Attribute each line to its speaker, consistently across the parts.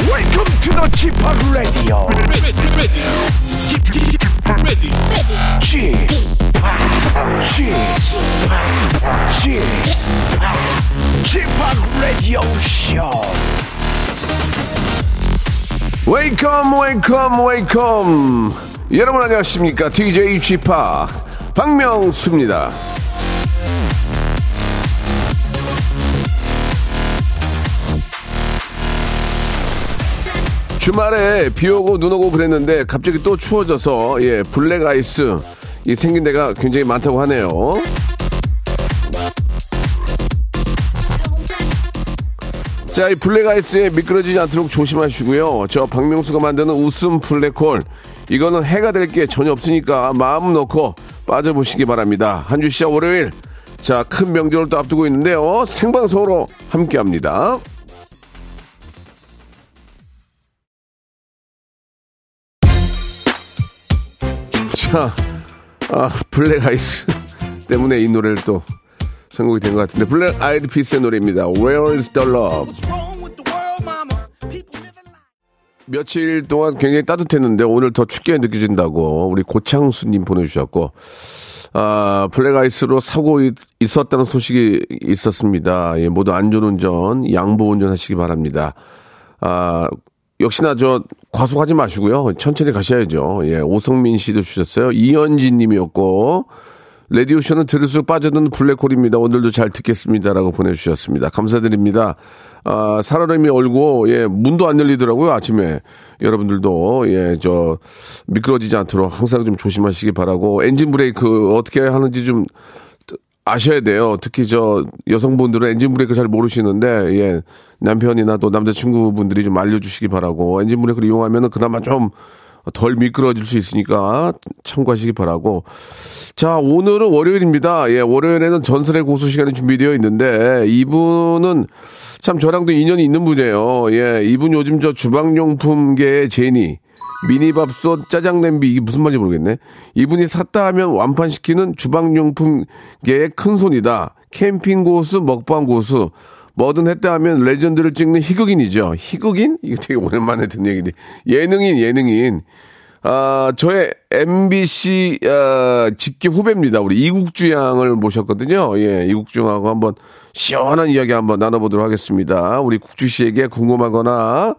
Speaker 1: to the g p o p Radio.
Speaker 2: ready, ready, ready, ready.
Speaker 1: g p o p g p o p g p o p Radio Show.
Speaker 3: 웨이컴 웨이컴 웨이컴 여러분 안녕하십니까 DJ g 파 박명수입니다 주말에 비 오고 눈 오고 그랬는데 갑자기 또 추워져서 예 블랙 아이스 이 생긴 데가 굉장히 많다고 하네요 자, 이 블랙아이스에 미끄러지지 않도록 조심하시고요. 저 박명수가 만드는 웃음 블랙홀. 이거는 해가 될 게 전혀 없으니까 마음 놓고 빠져보시기 바랍니다. 한 주 시작 월요일. 자, 큰 명절을 또 앞두고 있는데요. 생방송으로 함께 합니다. 자, 아, 블랙아이스 때문에 이 노래를 또 선곡이 된 것 같은데. 블랙 아이드 피스의 노래입니다. Where is the love?
Speaker 4: wrong with the world, mama? People living life.
Speaker 3: 며칠 동안 굉장히 따뜻했는데 오늘 더 춥게 느껴진다고 우리 고창수님 보내주셨고 아 블랙아이스로 사고 있, 었다는 소식이 있었습니다. 예, 모두 안전운전, 양보운전 하시기 바랍니다. 아 역시나 저 과속하지 마시고요. 천천히 가셔야죠. 예, 오성민 씨도 주셨어요. 이현진님이었고 라디오 쇼는 들을수록 빠져드는 블랙홀입니다. 오늘도 잘 듣겠습니다라고 보내주셨습니다. 감사드립니다. 아, 살얼음이 얼고 예 문도 안 열리더라고요 아침에 여러분들도 예 저 미끄러지지 않도록 항상 좀 조심하시기 바라고 엔진 브레이크 어떻게 하는지 좀 아셔야 돼요. 특히 저 여성분들은 엔진 브레이크 잘 모르시는데 예 남편이나 또 남자친구분들이 좀 알려주시기 바라고 엔진 브레이크를 이용하면은 그나마 좀 덜 미끄러질 수 있으니까 참고하시기 바라고 자, 오늘은 월요일입니다. 예, 월요일에는 전설의 고수 시간이 준비되어 있는데, 이분은 참 저랑도 인연이 있는 분이에요. 예, 이분 요즘 저 주방용품계의 제니, 미니밥솥, 짜장냄비, 이게 무슨 말인지 모르겠네. 이분이 샀다 하면 완판시키는 주방용품계의 큰 손이다. 캠핑 고수, 먹방 고수. 뭐든 했다 하면 레전드를 찍는 희극인이죠. 희극인? 이거 되게 오랜만에 듣는 얘기인데. 예능인, 예능인. 아, 저의 MBC 아, 직계 후배입니다. 우리 이국주 양을 모셨거든요. 예, 이국주 양하고 한번 시원한 이야기 한번 나눠보도록 하겠습니다. 우리 국주 씨에게 궁금하거나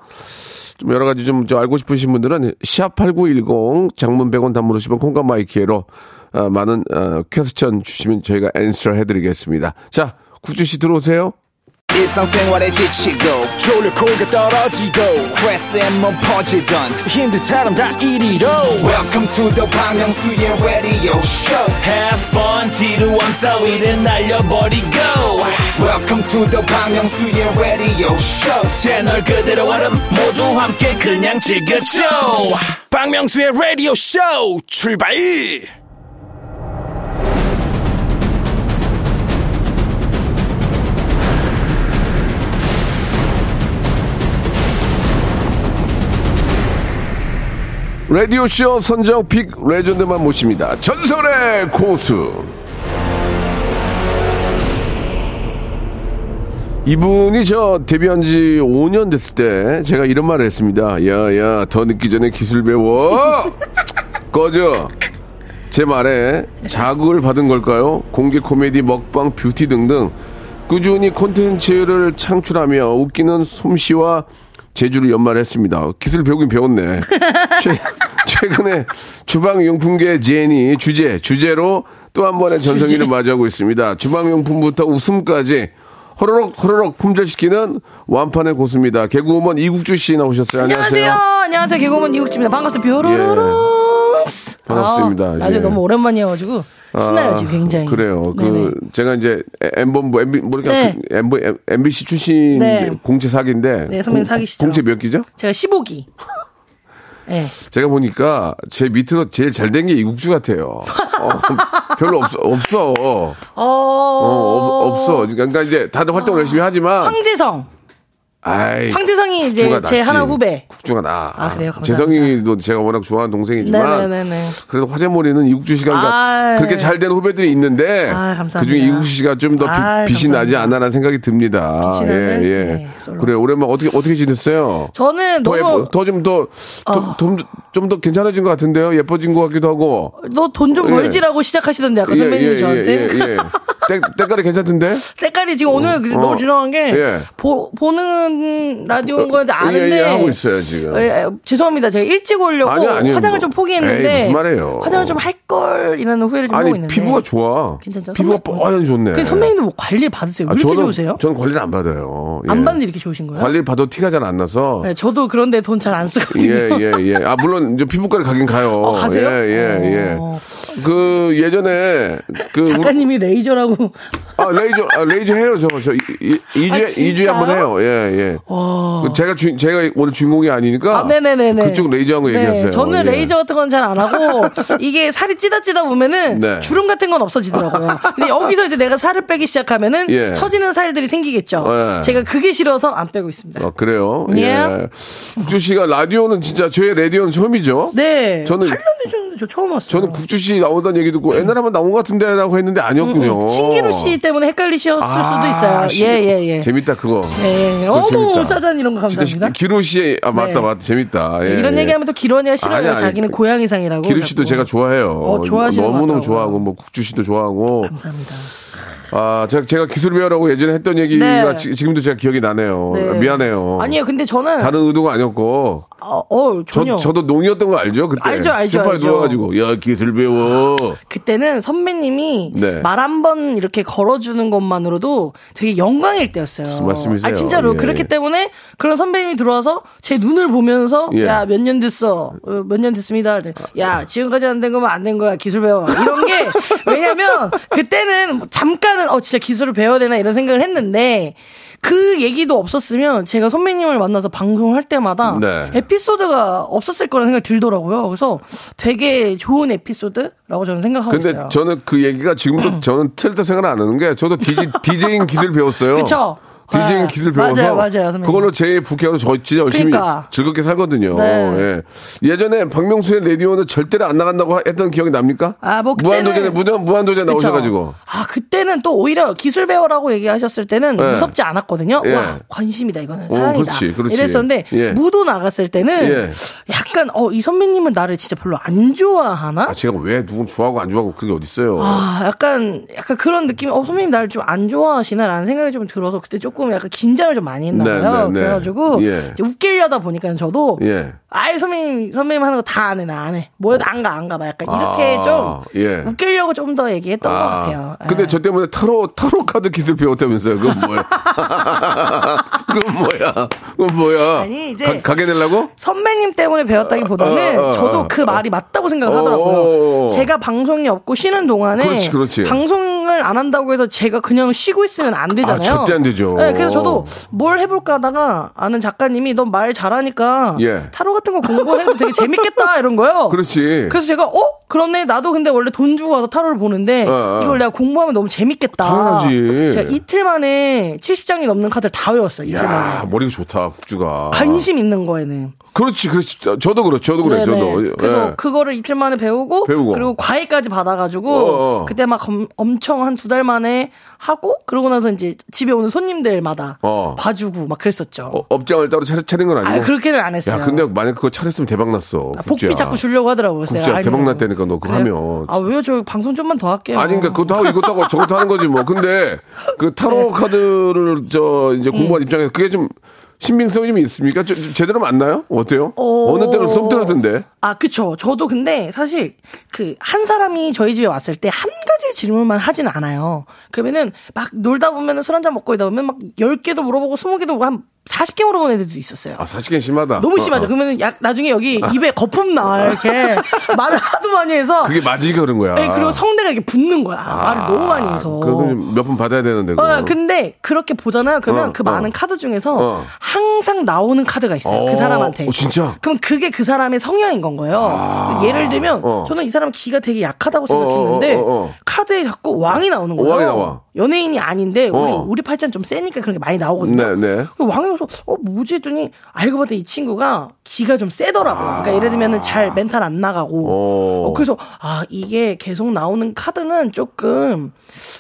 Speaker 3: 좀 여러 가지 좀저 알고 싶으신 분들은 시합 8910 장문 100원 단문 50원 콩과 마이키에로 아, 많은 어, 퀘스천 주시면 저희가 앤서 해드리겠습니다. 자, 국주 씨 들어오세요.
Speaker 5: 일상생활에 지치고, 졸려 코가 떨어지고, 스트레스에 몸 퍼지던, 힘든 사람 다 이리로. welcome to the Bang Myung-soo's radio show
Speaker 6: Have fun 지루한 따위를 날려버리고
Speaker 5: welcome to the Bang Myung-soo's radio show
Speaker 6: 채널 그대로 얼음 모두 함께 그냥 즐겨줘
Speaker 4: 박명수의 라디오 쇼 출발!
Speaker 3: 라디오쇼 선정 빅 레전드만 모십니다. 전설의 고수. 이분이 저 데뷔한 지 5년 됐을 때 제가 이런 말을 했습니다. 야, 야, 더 늦기 전에 기술 배워! 꺼져! 제 말에 자극을 받은 걸까요? 공개 코미디, 먹방, 뷰티 등등 꾸준히 콘텐츠를 창출하며 웃기는 솜씨와 재주를 연말했습니다. 기술 배우긴 배웠네. 최, 최근에 주방용품계 제니 주제 주제로 또 한 번의 전성기를 맞이하고 있습니다. 주방용품부터 웃음까지 호로록 호로록 품절시키는 완판의 고수입니다. 개그우먼 이국주 씨 나오셨어요.
Speaker 7: 안녕하세요.
Speaker 3: 안녕하세요.
Speaker 7: 안녕하세요. 개그우먼 이국주입니다. 반갑습니다. 뾰로롱.
Speaker 3: 반갑습니다.
Speaker 7: 아, 라디오
Speaker 3: 예. 아,
Speaker 7: 너무 오랜만이어가지고 신나요 지금 굉장히.
Speaker 3: 그래요.
Speaker 7: 네네.
Speaker 3: 그 제가 이제 엠본부 엠비 뭐 이렇게
Speaker 7: 네.
Speaker 3: 엠보 MBC 출신
Speaker 7: 네.
Speaker 3: 공채 사기인데
Speaker 7: 네, 선배님 사기시죠.
Speaker 3: 공채 몇 기죠?
Speaker 7: 제가 15기. 예.
Speaker 3: 제가 보니까 제 밑으로 제일 잘 된 게 이국주 같아요. 어, 별로 없어 없어. 어,
Speaker 7: 어.
Speaker 3: 없- 없어. 그러니까 이제 다들 활동을 열심히 하지만
Speaker 7: 황재성.
Speaker 3: 아이.
Speaker 7: 황재성이 이제
Speaker 3: 국주가
Speaker 7: 제
Speaker 3: 낫지.
Speaker 7: 하나 후배.
Speaker 3: 국주가 나.
Speaker 7: 아, 그래요? 감사합니다.
Speaker 3: 재성이도 제가 워낙 좋아하는 동생이지만.
Speaker 7: 네네네네.
Speaker 3: 그래도 화제몰이는 이국주 씨가 그러니까
Speaker 7: 아이. 예.
Speaker 3: 그렇게 잘 된 후배들이 있는데.
Speaker 7: 아, 감사합니다.
Speaker 3: 그중에 이국주 씨가 좀 더
Speaker 7: 아이,
Speaker 3: 빛이
Speaker 7: 감사합니다.
Speaker 3: 나지 않나라는 생각이 듭니다. 예,
Speaker 7: 빛이 나는? 네, 솔로.
Speaker 3: 그래, 오랜만에 어떻게, 어떻게 지냈어요?
Speaker 7: 저는
Speaker 3: 더
Speaker 7: 너무 어.
Speaker 3: 예뻐, 더 좀 더, 좀 더 괜찮아진 것 같은데요? 예뻐진 것 같기도 하고.
Speaker 7: 너 돈 좀
Speaker 3: 예.
Speaker 7: 벌지라고 시작하시던데 아까 어, 선배님이 저한테
Speaker 3: 때, 때깔이 예. 괜찮던데?
Speaker 7: 색깔이 지금 오늘 그-
Speaker 3: 어.
Speaker 7: 너무 지나간 게
Speaker 3: 예.
Speaker 7: 보, 보는 라디오인 건데
Speaker 3: 예,
Speaker 7: 아는데
Speaker 3: 예, 하고 있어요, 지금.
Speaker 7: 예, 예, 죄송합니다 제가 일찍 오려고
Speaker 3: 아니요, 아니요,
Speaker 7: 화장을
Speaker 3: 뭐.
Speaker 7: 좀 포기했는데
Speaker 3: 에이, 무슨 말이에요.
Speaker 7: 화장을 좀 할 걸이라는 후회를 좀 하고
Speaker 3: 아니,
Speaker 7: 있는데
Speaker 3: 피부가 좋아.
Speaker 7: 괜찮죠?
Speaker 3: 피부가
Speaker 7: 선배-
Speaker 3: 뻔히 좋네.
Speaker 7: 근데 선배님도 뭐 관리를 받으세요 왜 이렇게
Speaker 3: 아, 저는,
Speaker 7: 좋으세요?
Speaker 3: 저는 관리를 안 받아요. 예.
Speaker 7: 안 받는데 이렇게 좋으신 거예요?
Speaker 3: 관리를 받아도 티가 잘 안 나서.
Speaker 7: 예, 저도 그런데 돈 잘 안 쓰거든요
Speaker 3: 예, 예, 예. 아, 물론, 이제 피부과를 가긴 가요.
Speaker 7: 어, 가세요?
Speaker 3: 예, 예,
Speaker 7: 어.
Speaker 3: 예. 그, 예전에, 그, 우리-
Speaker 7: 작가님이 레이저라고
Speaker 3: 아, 레이저, 아, 레이저 해요, 저, 저, 이, 이, 이주에,
Speaker 7: 아, 진짜요?
Speaker 3: 이주에 한 번 해요. 예, 예. 그 제가 주, 제가 오늘 주인공이 아니니까.
Speaker 7: 아, 네네네네.
Speaker 3: 그쪽 레이저 한거
Speaker 7: 네,
Speaker 3: 얘기하세요.
Speaker 7: 저는
Speaker 3: 예.
Speaker 7: 레이저 같은 건 잘 안 하고 이게 살이 찌다 찌다 보면은
Speaker 3: 네.
Speaker 7: 주름 같은 건 없어지더라고요. 근데 여기서 이제 내가 살을 빼기 시작하면은
Speaker 3: 예.
Speaker 7: 처지는 살들이 생기겠죠.
Speaker 3: 예.
Speaker 7: 제가 그게 싫어서 안 빼고 있습니다.
Speaker 3: 아, 그래요?
Speaker 7: 예.
Speaker 3: 예. 국주 씨가 라디오는 진짜, 저의 라디오는 처음이죠?
Speaker 7: 네.
Speaker 3: 저는-
Speaker 7: 8년 전인데 저 처음 왔어요.
Speaker 3: 저는 국주 씨 나온다는 얘기 듣고 옛날에 한번 나온 것 같은데 라고 했는데 아니었군요.
Speaker 7: 음, 신기루 씨 때문에 헷갈리셨을
Speaker 3: 아,
Speaker 7: 수도 있어요. 예, 예, 예.
Speaker 3: 재밌다, 그거.
Speaker 7: 예.
Speaker 3: 그거
Speaker 7: 어머,
Speaker 3: 재밌다.
Speaker 7: 짜잔 이런 거
Speaker 3: 진짜
Speaker 7: 감사합니다.
Speaker 3: 시- 기루 씨, 아, 맞다,
Speaker 7: 네.
Speaker 3: 맞다. 재밌다. 예,
Speaker 7: 이런
Speaker 3: 예.
Speaker 7: 얘기하면 또 기런이가 싫어요.
Speaker 3: 아니, 아니.
Speaker 7: 자기는 고양이상이라고.
Speaker 3: 기루 씨도
Speaker 7: 자꾸.
Speaker 3: 제가 좋아해요.
Speaker 7: 어, 좋아하시는 것
Speaker 3: 너무너무
Speaker 7: 같더라고요.
Speaker 3: 좋아하고, 뭐, 국주 씨도 좋아하고.
Speaker 7: 감사합니다.
Speaker 3: 아, 제가, 제가 기술 배우라고 예전에 했던 얘기가
Speaker 7: 네.
Speaker 3: 지, 금도 제가 기억이 나네요.
Speaker 7: 네.
Speaker 3: 미안해요.
Speaker 7: 아니에요. 근데 저는
Speaker 3: 다른 의도가 아니었고.
Speaker 7: 어, 어 전혀
Speaker 3: 저, 저도 농이었던 거 알죠? 그때.
Speaker 7: 알죠, 알죠,
Speaker 3: 쇼파에
Speaker 7: 알죠.
Speaker 3: 누워가지고, 야, 기술 배워.
Speaker 7: 그때는 선배님이
Speaker 3: 네.
Speaker 7: 말 한 번 이렇게 걸어주는 것만으로도 되게 영광일 때였어요.
Speaker 3: 무슨 말씀이세요?
Speaker 7: 아 진짜로
Speaker 3: 예,
Speaker 7: 그렇기
Speaker 3: 예.
Speaker 7: 때문에 그런 선배님이 들어와서 제 눈을 보면서
Speaker 3: 예.
Speaker 7: 야 몇 년 됐어, 몇 년 됐습니다. 야 지금까지 안 된 거면 안 된 거야 기술 배워 이런 게 왜냐면 그때는 잠깐은 어 진짜 기술을 배워야 되나 이런 생각을 했는데. 그 얘기도 없었으면 제가 선배님을 만나서 방송할 때마다
Speaker 3: 네.
Speaker 7: 에피소드가 없었을 거라는 생각이 들더라고요. 그래서 되게 좋은 에피소드라고 저는 생각하고
Speaker 3: 근데
Speaker 7: 있어요. 음.
Speaker 3: 저는 그 얘기가 지금도 저는 틀다 생각 안 하는 게 저도 디지, DJ인 기술 배웠어요.
Speaker 7: 그쵸?
Speaker 3: DJ인
Speaker 7: 네.
Speaker 3: 기술 배워서
Speaker 7: 맞아요, 맞아요, 선배님.
Speaker 3: 그걸로 제 부캐로 저 진짜 열심히
Speaker 7: 그러니까.
Speaker 3: 즐겁게 살거든요.
Speaker 7: 네.
Speaker 3: 예. 예전에 박명수의 라디오는 절대로 안 나간다고 했던 기억이 납니까?
Speaker 7: 아, 뭐 그때는-
Speaker 3: 무한도전에 무한, 무한도전에
Speaker 7: 그쵸?
Speaker 3: 나오셔가지고
Speaker 7: 아 그때는 또 오히려 기술 배워라고 얘기하셨을 때는
Speaker 3: 예.
Speaker 7: 무섭지 않았거든요.
Speaker 3: 예. 어,
Speaker 7: 와 관심이다 이거는 사랑이다.
Speaker 3: 그렇지, 그렇지.
Speaker 7: 이랬었는데
Speaker 3: 예.
Speaker 7: 무도 나갔을 때는
Speaker 3: 예.
Speaker 7: 약간 어 이 선배님은 나를 진짜 별로 안 좋아하나?
Speaker 3: 아 제가 왜 누군 좋아하고 안 좋아하고 그게 어딨어요?
Speaker 7: 아, 약간, 약간 그런 느낌이, 어, 선배님 나를 좀 안 좋아하시나라는 생각이 좀 들어서 그때 조금 약간 긴장을 좀 많이
Speaker 3: 네,
Speaker 7: 했나봐요.
Speaker 3: 네, 네.
Speaker 7: 그래가지고,
Speaker 3: 예.
Speaker 7: 이제 웃기려다 보니까 저도,
Speaker 3: 예.
Speaker 7: 아예 선배님, 선배님 하는 거 다 안 해, 나 안 해. 뭐여도 안 가, 안 가. 막 약간 이렇게
Speaker 3: 아,
Speaker 7: 좀,
Speaker 3: 예.
Speaker 7: 웃기려고 좀 더 얘기했던 것 같아요.
Speaker 3: 근데
Speaker 7: 예.
Speaker 3: 저 때문에 타로 타로 카드 기술 배웠다면서요? 그건 뭐야? 그건 뭐야? 그건 뭐야?
Speaker 7: 아니, 이제-
Speaker 3: 가, 게 되려고?
Speaker 7: 선배님 때문에 배웠다기보다는
Speaker 3: 아, 아, 아,
Speaker 7: 저도
Speaker 3: 아,
Speaker 7: 그 말이 맞다고 생각을
Speaker 3: 어, 어, 어.
Speaker 7: 하더라고요. 제가 방송이 없고 쉬는 동안에
Speaker 3: 그렇지, 그렇지.
Speaker 7: 방송을 안 한다고 해서 제가 그냥 쉬고 있으면 안 되잖아요.
Speaker 3: 아, 절대 안 되죠.
Speaker 7: 네, 그래서 저도 뭘 해볼까 하다가 아는 작가님이 넌 말 잘하니까
Speaker 3: 예. 그러니까
Speaker 7: 타로 같은 거 공부해도 되게 재밌겠다 이런 거예요.
Speaker 3: 그렇지.
Speaker 7: 그래서 제가 어 그렇네 나도 근데 원래 돈 주고 와서 타로를 보는데
Speaker 3: 어, 어.
Speaker 7: 이걸 내가 공부하면 너무 재밌겠다.
Speaker 3: 당연하지.
Speaker 7: 제가 이틀 만에 70장이 넘는 카드를 다 외웠어요. 이틀 만에.
Speaker 3: 야 머리가 좋다 국주가.
Speaker 7: 관심 있는 거에는.
Speaker 3: 그렇지, 그렇지. 저- 저도 그렇죠. 저도 그래.
Speaker 7: 네네.
Speaker 3: 저도.
Speaker 7: 그래서
Speaker 3: 예.
Speaker 7: 그거를 이틀 만에 배우고,
Speaker 3: 배우고.
Speaker 7: 그리고 과외까지 받아가지고
Speaker 3: 어어.
Speaker 7: 그때 막 엄, 엄청 한 두 달 만에 하고 그러고 나서 이제 집에 오는 손님들마다
Speaker 3: 어.
Speaker 7: 봐주고 막 그랬었죠.
Speaker 3: 어, 업장을 따로 차려, 차린 건 아니고.
Speaker 7: 아 그렇게는 안 했어요.
Speaker 3: 야, 근데 만약 그거 차렸으면 대박 났어.
Speaker 7: 아, 복비 자꾸 주려고 하더라고요. 제가
Speaker 3: 국제야, 대박
Speaker 7: 아니라고.
Speaker 3: 났다니까, 너 그거 하면.
Speaker 7: 아 왜요? 저 방송 좀만 더 할게요.
Speaker 3: 아니, 그러니까 그것도 하고 이것도 하고 저것도 하는 거지 뭐. 근데 그
Speaker 7: 네.
Speaker 3: 타로 카드를 저 이제
Speaker 7: 음.
Speaker 3: 공부한 입장에서 그게 좀 신빙성이 좀 있습니까? 저- 저- 제대로 맞나요? 어때요?
Speaker 7: 어.
Speaker 3: 느 때는 썸뜩 하던데.
Speaker 7: 아, 그쵸. 저도 근데 사실 그 한 사람이 저희 집에 왔을 때 한 가지 질문만 하진 않아요. 그러면은 막 놀다 보면은 술 한잔 먹고 이다 보면 막 10개도 물어보고 20개도 물어보고 한 40개 물어보는 애들도 있었어요.
Speaker 3: 아, 사실은 심하다.
Speaker 7: 너무 심하죠.
Speaker 3: 어, 어.
Speaker 7: 그러면은 약, 나중에 여기 입에 거품 나 이렇게 말을 하도 많이 해서
Speaker 3: 어. 그게 아. 맞으니까 그런 거야. 아,
Speaker 7: 네, 그리고 성대가 이렇게 붙는 거야. 말을 너무 많이 해서.
Speaker 3: 몇분 받아야 되는데.
Speaker 7: 어,
Speaker 3: 그거.
Speaker 7: 근데 그렇게 보잖아요. 그러면
Speaker 3: 어,
Speaker 7: 그
Speaker 3: 어.
Speaker 7: 많은 카드 중에서
Speaker 3: 어.
Speaker 7: 항상 나오는 카드가 있어요.
Speaker 3: 어,
Speaker 7: 그 사람한테.
Speaker 3: 어, 진짜?
Speaker 7: 그럼 그게 그 사람의 성향인 건 거예요. 예를 들면
Speaker 3: 어.
Speaker 7: 저는 이 사람 기가 되게 약하다고
Speaker 3: 어,
Speaker 7: 생각했는데
Speaker 3: 어, 어, 어.
Speaker 7: 카드에 자꾸 왕이 나오는
Speaker 3: 어,
Speaker 7: 거예요.
Speaker 3: 왕이 나와.
Speaker 7: 연예인이 아닌데 우리,
Speaker 3: 어.
Speaker 7: 우리 팔자는 좀 세니까 그런 게 많이 나오거든요.
Speaker 3: 네, 네.
Speaker 7: 그 왕이면서 어 뭐지 했더니 알고 봤더니 이 친구가 기가 좀 세더라고요. 그러니까 예를 들면은 잘 멘탈 안
Speaker 3: 아. 오.
Speaker 7: 나가고 어, 그래서 아 이게 계속 나오는 카드는 조금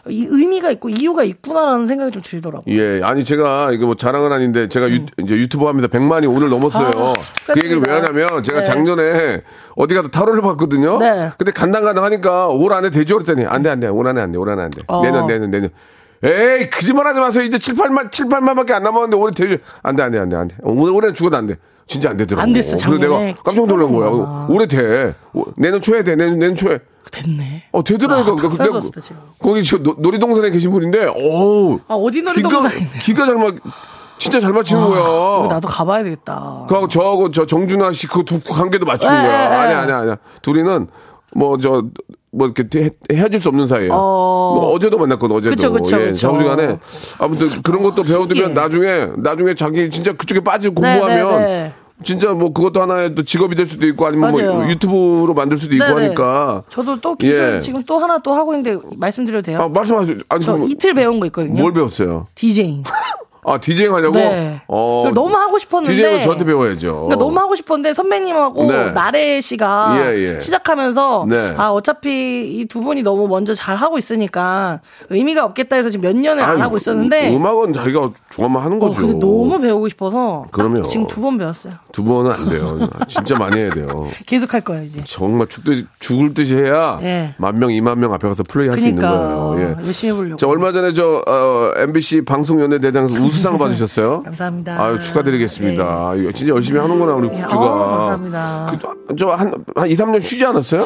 Speaker 7: 이 의미가 있고 이유가 있구나라는 생각이 좀 들더라고요.
Speaker 3: 예, 아니 제가 이게 뭐 자랑은 아닌데 제가 유, 이제 유튜브 하면서 100만이 오늘 넘었어요.
Speaker 7: 음. 아,
Speaker 3: 그 얘기를 왜 하냐면 제가
Speaker 7: 네.
Speaker 3: 작년에 어디 가서 타로를 봤거든요.
Speaker 7: 네.
Speaker 3: 근데 간당간당 하니까 올 안에 되죠 그랬더니 안 돼, 안 돼. 올 안에 안 돼. 올 안에 안 돼.
Speaker 7: 어.
Speaker 3: 내년 내년 내년. 에이, 거짓말 하지 마세요. 이제 7, 8만, 7, 8만밖에 안 남았는데 올해 되죠. 안 돼, 안 돼, 안 돼, 안 돼. 올해, 올해는 죽어도 안 돼. 진짜 안 되더라고.
Speaker 7: 안 됐어,
Speaker 3: 그래서
Speaker 7: 작년에.
Speaker 3: 내가 깜짝 놀란 거야.
Speaker 7: 그렇구나.
Speaker 3: 올해 돼. 오- 내년 초에 돼. 내년, 내년 초에.
Speaker 7: 됐네.
Speaker 3: 어, 되더라니까.
Speaker 7: 아,
Speaker 3: 근데
Speaker 7: 떨궜어, 지금.
Speaker 3: 거기 지금 노- 놀이동산에 계신 분인데, 어우.
Speaker 7: 아, 어디 놀이동산인데?
Speaker 3: 기가, 기가 잘 맞, 진짜 잘 맞히는
Speaker 7: 우리
Speaker 3: 거야.
Speaker 7: 아, 나도 가봐야 되겠다.
Speaker 3: 그하고 저하고 저 정준하 씨 그 두 관계도 맞추는
Speaker 7: 에,
Speaker 3: 거야.
Speaker 7: 에, 에.
Speaker 3: 아니야, 아니야, 아니야. 둘이는 뭐 저, 뭐 이렇게 헤, 헤어질 수 없는 사이예요.
Speaker 7: 어.
Speaker 3: 뭐 어제도 만났거든 어제도.
Speaker 7: 그쵸, 그쵸,
Speaker 3: 예,
Speaker 7: 그쵸.
Speaker 3: 좌우지간에 아무튼 그런 것도 배워두면
Speaker 7: 신기해.
Speaker 3: 나중에 나중에 자기 진짜 그쪽에 빠지고
Speaker 7: 네,
Speaker 3: 공부하면
Speaker 7: 네, 네.
Speaker 3: 진짜 뭐 그것도 하나의 또 직업이 될 수도 있고 아니면 뭐
Speaker 7: 맞아요.
Speaker 3: 유튜브로 만들 수도 있고
Speaker 7: 네네.
Speaker 3: 하니까.
Speaker 7: 저도 또 기술
Speaker 3: 예.
Speaker 7: 지금 또 하나 또 하고 있는데 말씀드려도 돼요?
Speaker 3: 아 말씀하세요. 아니
Speaker 7: 저
Speaker 3: 그럼
Speaker 7: 이틀 배운 거 있거든요.
Speaker 3: 뭘 배웠어요?
Speaker 7: 디제잉.
Speaker 3: 아, 디제잉 하려고? 어,
Speaker 7: 네. 그걸 너무 하고 싶었는데.
Speaker 3: 디제잉은 저한테 배워야죠.
Speaker 7: 그러니까 너무 하고 싶었는데 선배님하고
Speaker 3: 어. 네.
Speaker 7: 나래 씨가
Speaker 3: 예, 예.
Speaker 7: 시작하면서
Speaker 3: 네.
Speaker 7: 아 어차피 이 두 분이 너무 먼저 잘 하고 있으니까 의미가 없겠다 해서 지금 몇 년을 안
Speaker 3: 아유,
Speaker 7: 하고 있었는데
Speaker 3: 음악은 자기가 좋아만 하는
Speaker 7: 어,
Speaker 3: 거죠.
Speaker 7: 근데 너무 배우고 싶어서 딱
Speaker 3: 그럼요.
Speaker 7: 지금 두 번 배웠어요.
Speaker 3: 두 번은 안 돼요. 진짜 많이 해야 돼요.
Speaker 7: 계속 할 거예요 이제.
Speaker 3: 정말 죽듯이, 죽을 듯이 해야
Speaker 7: 예.
Speaker 3: 만 명, 이만 명 앞에 가서 플레이 할 수 있는
Speaker 7: 그러니까
Speaker 3: 거예요. 예.
Speaker 7: 열심히 해보려고.
Speaker 3: 자, 얼마 전에 저, 어, MBC 방송연예 대상에서 우수상 받으셨어요.
Speaker 7: 감사합니다.
Speaker 3: 아유, 축하드리겠습니다. 이거 진짜 열심히 하는구나, 우리
Speaker 7: 예,
Speaker 3: 국주가.
Speaker 7: 어우, 감사합니다.
Speaker 3: 그, 저, 한, 한 2, 3년 쉬지 않았어요?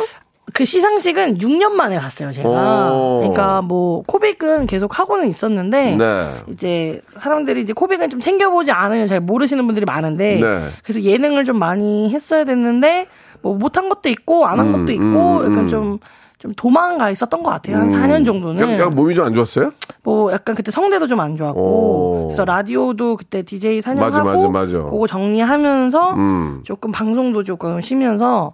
Speaker 7: 그 시상식은 6년 만에 갔어요, 제가.
Speaker 3: 오.
Speaker 7: 그러니까 뭐 코빅은 계속 하고는 있었는데
Speaker 3: 네.
Speaker 7: 예. 이제 사람들이 이제 코빅은 좀 챙겨보지 않으면 잘 모르시는 분들이 많은데
Speaker 3: 네.
Speaker 7: 그래서 예능을 좀 많이 했어야 됐는데 뭐 못한 것도 있고 안 한
Speaker 3: 음,
Speaker 7: 것도 있고 약간 좀 좀 도망가 있었던 것 같아요.
Speaker 3: 음.
Speaker 7: 한 4년 정도는.
Speaker 3: 약간, 약간 몸이 좀 안 좋았어요?
Speaker 7: 뭐 약간 그때 성대도 좀 안 좋았고
Speaker 3: 오.
Speaker 7: 그래서 라디오도 그때 DJ
Speaker 3: 맞아,
Speaker 7: 사냥하고
Speaker 3: 맞아, 맞아. 음.
Speaker 7: 그거 정리하면서 조금 방송도 조금 쉬면서